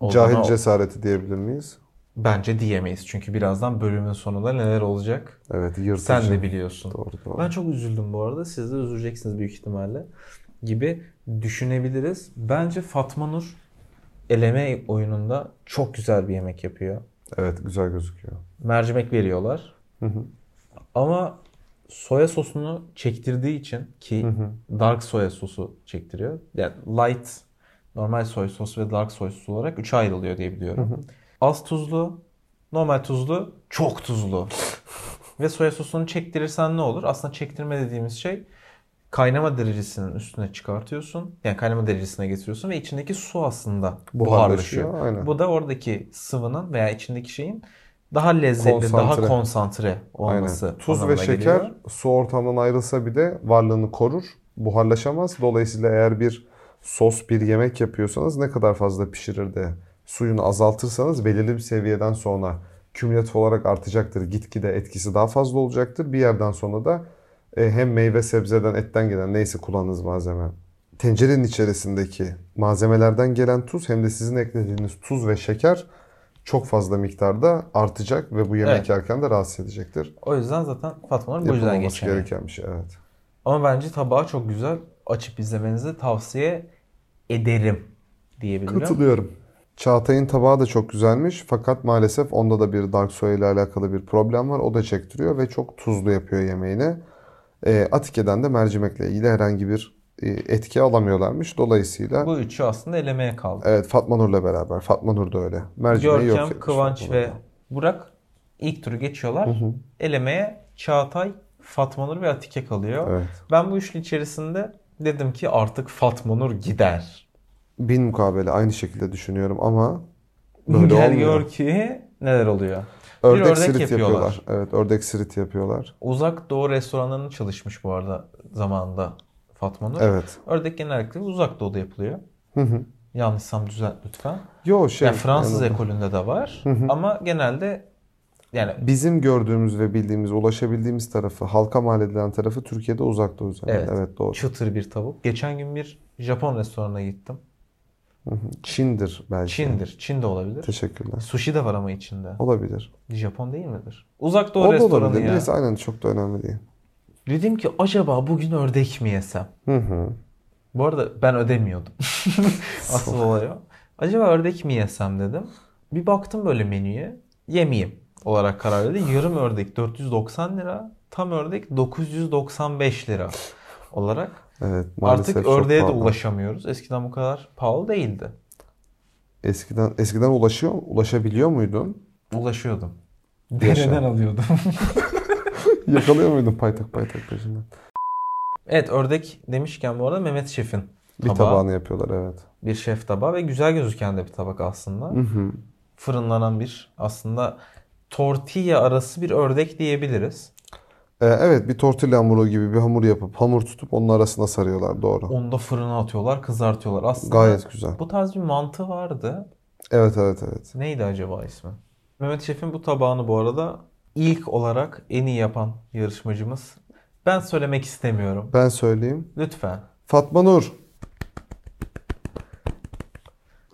Speaker 2: olduğuna
Speaker 3: Cahil cesareti diyebilir miyiz?
Speaker 2: Bence diyemeyiz. Çünkü birazdan bölümün sonunda neler olacak
Speaker 3: Evet yırtıcı.
Speaker 2: sen de biliyorsun.
Speaker 3: Doğru doğru.
Speaker 2: Ben çok üzüldüm bu arada. Siz de üzüleceksiniz büyük ihtimalle gibi düşünebiliriz. Bence Fatma Nur eleme oyununda çok güzel bir yemek yapıyor.
Speaker 3: Evet güzel gözüküyor.
Speaker 2: Mercimek veriyorlar.
Speaker 3: Hı hı.
Speaker 2: Ama soya sosunu çektirdiği için ki dark soya sosu çektiriyor. Yani light, normal soya sosu ve dark soya sosu olarak üçe ayrılıyor diye biliyorum. Az tuzlu, normal tuzlu, çok tuzlu. ve soya sosunu çektirirsen ne olur? Aslında çektirme dediğimiz şey kaynama derecesinin üstüne çıkartıyorsun. Yani kaynama derecesine getiriyorsun ve içindeki su aslında
Speaker 3: Buharlaşıyor,
Speaker 2: buharlaşıyor.
Speaker 3: aynen.
Speaker 2: Bu da oradaki sıvının veya içindeki şeyin daha lezzetli, daha
Speaker 3: Konsantre.
Speaker 2: konsantre olması
Speaker 3: Aynen. Tuz ve
Speaker 2: anlamına
Speaker 3: şeker
Speaker 2: geliyor.
Speaker 3: su ortamdan ayrılsa bile varlığını korur, buharlaşamaz. Dolayısıyla eğer bir sos, bir yemek yapıyorsanız ne kadar fazla pişirir de suyunu azaltırsanız belirli bir seviyeden sonra kümülatif olarak artacaktır. Gitgide etkisi daha fazla olacaktır. Bir yerden sonra da e, hem meyve sebzeden, etten gelen neyse kullandığınız malzeme tencerenin içerisindeki malzemelerden gelen tuz hem de sizin eklediğiniz tuz ve şeker çok fazla miktarda artacak ve bu yemek
Speaker 2: Evet.
Speaker 3: yerken de rahatsız edecektir.
Speaker 2: O yüzden zaten Fatma'nın bu yüzden
Speaker 3: Yapılmaması
Speaker 2: geçemiyor.
Speaker 3: gereken bir şey evet.
Speaker 2: Ama bence tabağı çok güzel. Açıp izlemenizi tavsiye ederim diyebilirim.
Speaker 3: Katılıyorum. Çağatay'ın tabağı da çok güzelmiş fakat maalesef onda da bir Dark Soul ile alakalı bir problem var. O da çektiriyor ve çok tuzlu yapıyor yemeğini. Ee, Atike'den de mercimekle ilgili herhangi bir e, etki alamıyorlarmış. Dolayısıyla
Speaker 2: Bu üçü aslında elemeye kaldı.
Speaker 3: evet Fatma Nur'la beraber. Fatma Nur da öyle. Mercimeği yok
Speaker 2: Görkem,
Speaker 3: yapmış
Speaker 2: Kıvanç
Speaker 3: Fatma
Speaker 2: ve
Speaker 3: Nur'da.
Speaker 2: Burak ilk turu geçiyorlar. Elemeye Çağatay, Fatma Nur ve Atike kalıyor.
Speaker 3: Evet.
Speaker 2: Ben bu üçlü içerisinde dedim ki artık Fatma Nur gider.
Speaker 3: Bin mukabele aynı şekilde düşünüyorum ama böyle
Speaker 2: Gel
Speaker 3: olmuyor.
Speaker 2: gör ki neler oluyor.
Speaker 3: Ördek,
Speaker 2: ördek
Speaker 3: sirit
Speaker 2: yapıyorlar.
Speaker 3: yapıyorlar. Evet, ördek sirit yapıyorlar.
Speaker 2: Uzak Doğu restoranlarında çalışmış bu arada zamanında Fatma Nur.
Speaker 3: Evet.
Speaker 2: Ördek genellikle uzak doğuda yapılıyor.
Speaker 3: Hı hı.
Speaker 2: Yanlışsam düzelt lütfen.
Speaker 3: Yo şey
Speaker 2: yani Fransız
Speaker 3: yani-
Speaker 2: ekolünde de var ama genelde yani
Speaker 3: Bizim gördüğümüz ve bildiğimiz, ulaşabildiğimiz tarafı, halka mal edilen tarafı Türkiye'de uzak doğu üzerinden.
Speaker 2: Evet.
Speaker 3: Evet doğru.
Speaker 2: çıtır bir tavuk. Geçen gün bir Japon restoranına gittim.
Speaker 3: Çin'dir belki.
Speaker 2: Çin'dir. Çin de olabilir.
Speaker 3: Teşekkürler.
Speaker 2: Sushi de var ama içinde.
Speaker 3: Olabilir.
Speaker 2: Japon değil midir? Uzak Doğu
Speaker 3: O da
Speaker 2: restoranı
Speaker 3: olabilir.
Speaker 2: ya.
Speaker 3: Neyse aynen çok da önemli değil.
Speaker 2: Dedim ki acaba bugün ördek mi yesem?
Speaker 3: Hı hı.
Speaker 2: Bu arada ben
Speaker 3: <laughs>
Speaker 2: ödemiyordum. Asıl olay o. Acaba ördek mi yesem dedim. Bir baktım böyle menüye. Yemeyeyim olarak karar verdi. Yarım ördek 490 lira. Tam ördek 995 lira olarak.
Speaker 3: Evet maalesef
Speaker 2: Artık
Speaker 3: çok
Speaker 2: ördeğe de
Speaker 3: pahalı.
Speaker 2: ulaşamıyoruz. Eskiden bu kadar pahalı değildi.
Speaker 3: Eskiden, eskiden ulaşıyor, ulaşabiliyor muydun?
Speaker 2: <laughs> Ulaşıyordum.
Speaker 3: Yaşa.
Speaker 2: Dereden alıyordum. <laughs>
Speaker 3: Yakalıyor muydun paytak paytak peşinden?
Speaker 2: evet ördek demişken bu arada Mehmet Şef'in
Speaker 3: Bir
Speaker 2: tabağı.
Speaker 3: tabağını yapıyorlar evet.
Speaker 2: Bir şef tabağı ve güzel gözüken de bir tabak aslında.
Speaker 3: Hı hı.
Speaker 2: Fırınlanan bir aslında tortilla arası bir ördek diyebiliriz.
Speaker 3: Ee, evet bir tortilla hamuru gibi bir hamur yapıp hamur tutup onun arasına sarıyorlar doğru.
Speaker 2: Onu da fırına atıyorlar, kızartıyorlar. Aslında
Speaker 3: Gayet güzel.
Speaker 2: bu tarz bir mantı vardı.
Speaker 3: Evet evet evet.
Speaker 2: Neydi acaba ismi? Mehmet Şef'in bu tabağını bu arada ilk olarak en iyi yapan yarışmacımız. Ben söylemek istemiyorum.
Speaker 3: Ben söyleyeyim.
Speaker 2: Lütfen.
Speaker 3: Fatma Nur.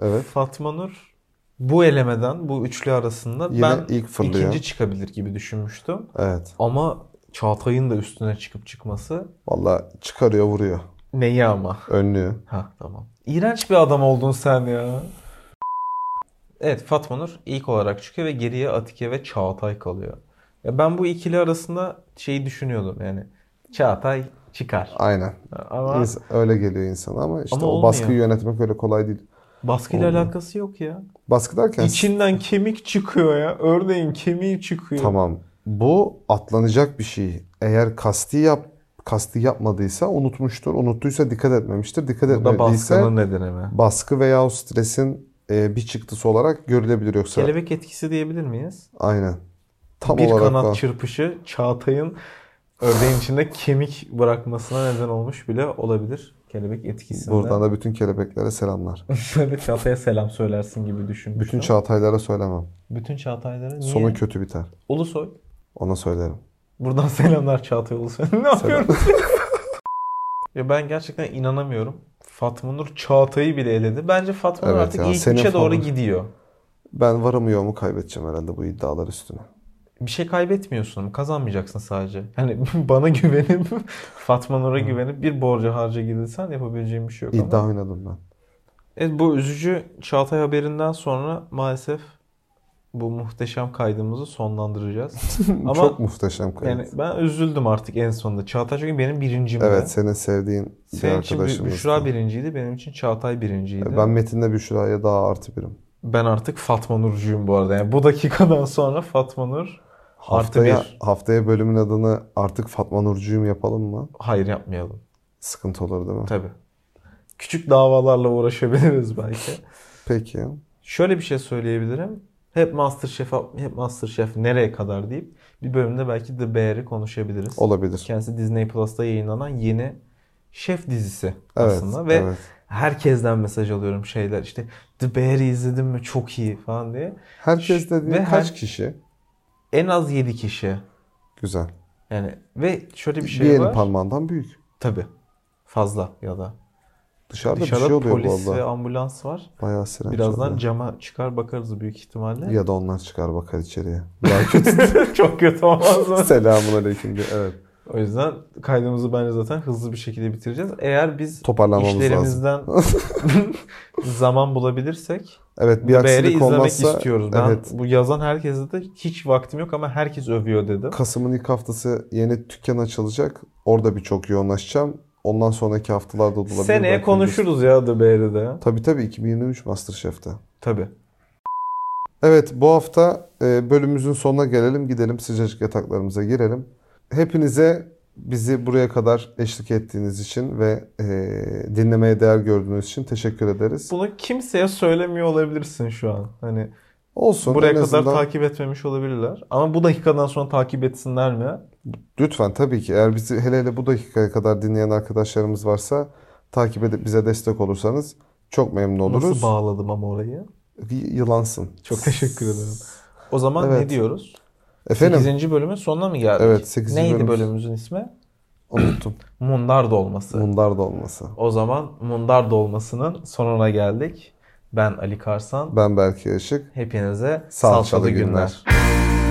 Speaker 3: Evet.
Speaker 2: Fatma Nur bu elemeden, bu üçlü arasında
Speaker 3: Yine
Speaker 2: ben
Speaker 3: ilk fırlıyor.
Speaker 2: ikinci çıkabilir gibi düşünmüştüm.
Speaker 3: Evet.
Speaker 2: Ama Çağatay'ın da üstüne çıkıp çıkması
Speaker 3: Valla çıkarıyor vuruyor.
Speaker 2: neyi ama?
Speaker 3: Önlüyor.
Speaker 2: Ha tamam. İğrenç bir adam oldun sen ya. Evet Fatma Nur ilk olarak çıkıyor ve geriye Atike ve Çağatay kalıyor. Ya ben bu ikili arasında şeyi düşünüyordum yani. Çağatay çıkar.
Speaker 3: Aynen.
Speaker 2: Ama
Speaker 3: İns- öyle geliyor insana ama işte
Speaker 2: Ama
Speaker 3: o
Speaker 2: olmuyor.
Speaker 3: baskıyı yönetmek öyle kolay değil.
Speaker 2: baskıyla
Speaker 3: Olmuyor.
Speaker 2: alakası yok ya.
Speaker 3: Baskı derken
Speaker 2: İçinden kemik çıkıyor ya. Örneğin kemiği çıkıyor.
Speaker 3: tamam. Bu atlanacak bir şey. Eğer kasti yap kasti yapmadıysa unutmuştur. Unuttuysa dikkat etmemiştir. Dikkat
Speaker 2: Bu da
Speaker 3: etmediyse
Speaker 2: baskının nedeni mi?
Speaker 3: baskı veya o stresin e, bir çıktısı olarak görülebilir yoksa.
Speaker 2: Kelebek etkisi diyebilir miyiz?
Speaker 3: Aynen. Tam
Speaker 2: bir
Speaker 3: olarak
Speaker 2: kanat
Speaker 3: o.
Speaker 2: çırpışı Çağatay'ın ördeğin içinde kemik bırakmasına neden olmuş bile olabilir. Kelebek etkisinde.
Speaker 3: Buradan da bütün kelebeklere selamlar.
Speaker 2: Böyle Çağatay'a selam söylersin gibi düşünmüştüm.
Speaker 3: Bütün Çağataylara söylemem.
Speaker 2: Bütün Çağatay'lara niye?
Speaker 3: Sonu kötü biter.
Speaker 2: Ulusoy.
Speaker 3: Ona söylerim.
Speaker 2: Buradan <laughs> selamlar Çağatay Ulusoy. ne yapıyorsun? <laughs> ya ben gerçekten inanamıyorum. Fatma Nur Çağatay'ı bile eledi. Bence Fatma Nur
Speaker 3: Evet
Speaker 2: artık
Speaker 3: ya,
Speaker 2: ilk
Speaker 3: senin
Speaker 2: üçe doğru
Speaker 3: favori.
Speaker 2: gidiyor.
Speaker 3: Ben varamıyor mu kaybedeceğim herhalde bu iddialar üstüne.
Speaker 2: Bir şey kaybetmiyorsun ama kazanmayacaksın sadece. Hani <laughs> bana güvenip <laughs> Fatma Nur'a güvenip bir borca harca gidilsen yapabileceğim bir şey yok ama.
Speaker 3: İddia oynadım ben.
Speaker 2: Evet bu üzücü Çağatay haberinden sonra maalesef bu muhteşem kaydımızı sonlandıracağız. <laughs> <laughs> Ama
Speaker 3: Çok muhteşem kayıt.
Speaker 2: yani ben üzüldüm artık en sonunda. Çağatay çünkü benim birincimdi.
Speaker 3: evet senin sevdiğin bir
Speaker 2: Senin için Bü-
Speaker 3: arkadaşımız. E,
Speaker 2: Büşra birinciydi, benim için Çağatay birinciydi.
Speaker 3: Ben Metin'le Büşra'ya daha artı birim.
Speaker 2: Ben artık Fatma Nurcuyum bu arada. Yani bu dakikadan <laughs> sonra Fatma Nur artı
Speaker 3: Haftaya,
Speaker 2: bir.
Speaker 3: haftaya bölümün adını artık Fatma Nurcuyum yapalım mı?
Speaker 2: Hayır yapmayalım.
Speaker 3: Sıkıntı olur değil mi?
Speaker 2: Tabii. Küçük davalarla uğraşabiliriz belki.
Speaker 3: Peki.
Speaker 2: Şöyle bir şey söyleyebilirim. Hep Masterchef, hep Masterchef nereye kadar deyip bir bölümde belki The Bear'i konuşabiliriz.
Speaker 3: Olabilir.
Speaker 2: Kendisi Disney Plus'ta yayınlanan yeni şef dizisi
Speaker 3: Evet,
Speaker 2: aslında ve
Speaker 3: evet.
Speaker 2: herkesten mesaj alıyorum şeyler işte The Bear'i izledin mi çok iyi falan diye.
Speaker 3: Herkes dediğin
Speaker 2: Ve
Speaker 3: kaç
Speaker 2: her-
Speaker 3: kişi?
Speaker 2: En az 7 kişi
Speaker 3: Güzel.
Speaker 2: yani ve şöyle bir
Speaker 3: Bir,
Speaker 2: şey
Speaker 3: elin
Speaker 2: var.
Speaker 3: parmağından büyük.
Speaker 2: Tabii fazla ya da.
Speaker 3: Dışarıda, bir
Speaker 2: Dışarıda
Speaker 3: şey oluyor bu
Speaker 2: polis ve
Speaker 3: arada.
Speaker 2: ambulans var.
Speaker 3: Bayağı siren
Speaker 2: Birazdan
Speaker 3: çalıyor.
Speaker 2: cama çıkar bakarız büyük ihtimalle.
Speaker 3: Ya da onlar çıkar bakar içeriye. Daha
Speaker 2: <laughs>
Speaker 3: kötü.
Speaker 2: çok kötü olmaz mı?
Speaker 3: Selamun aleyküm diye. Evet.
Speaker 2: O yüzden kaydımızı bence zaten hızlı bir şekilde bitireceğiz. Eğer biz
Speaker 3: Toparlanmamız lazım. <laughs>
Speaker 2: işlerimizden zaman bulabilirsek
Speaker 3: Evet bir
Speaker 2: Beğeri
Speaker 3: aksilik
Speaker 2: izlemek
Speaker 3: olmazsa.
Speaker 2: istiyoruz. Ben
Speaker 3: Evet.
Speaker 2: bu yazan herkese de hiç vaktim yok ama herkes övüyor dedim.
Speaker 3: Kasım'ın ilk haftası yeni dükkan açılacak. Orada bir çok yoğunlaşacağım. Ondan sonraki haftalarda da olabilir.
Speaker 2: Seneye
Speaker 3: Belki biliyorsun.
Speaker 2: konuşuruz ya The Bear'de.
Speaker 3: Tabii tabii 2023 MasterChef'te.
Speaker 2: Tabii.
Speaker 3: Evet bu hafta e, bölümümüzün sonuna gelelim gidelim sıcacık yataklarımıza girelim. Hepinize bizi buraya kadar eşlik ettiğiniz için ve e, dinlemeye değer gördüğünüz için teşekkür ederiz.
Speaker 2: Bunu kimseye söylemiyor olabilirsin şu an. Hani
Speaker 3: Olsun
Speaker 2: buraya
Speaker 3: en
Speaker 2: kadar
Speaker 3: azından
Speaker 2: takip etmemiş olabilirler. Ama bu dakikadan sonra takip etsinler mi?
Speaker 3: lütfen tabii ki eğer bizi hele hele bu dakikaya kadar dinleyen arkadaşlarımız varsa takip edip bize destek olursanız çok memnun oluruz.
Speaker 2: Nasıl bağladım ama orayı?
Speaker 3: Y- Yılansın.
Speaker 2: Çok teşekkür ederim. O zaman
Speaker 3: Evet.
Speaker 2: ne diyoruz?
Speaker 3: Efendim
Speaker 2: 8. bölümün sonuna mı geldik?
Speaker 3: Evet, sekizinci
Speaker 2: Neydi
Speaker 3: bölümümüz.
Speaker 2: bölümümüzün ismi?
Speaker 3: unuttum.
Speaker 2: Mundar Dolması.
Speaker 3: Bunlar da olmasa.
Speaker 2: O zaman Mundar Dolması'nın sonuna geldik. Ben Ali Karsan.
Speaker 3: Ben belki Işık.
Speaker 2: Hepinize
Speaker 3: Salçalı
Speaker 2: salçalı günler.
Speaker 3: günler.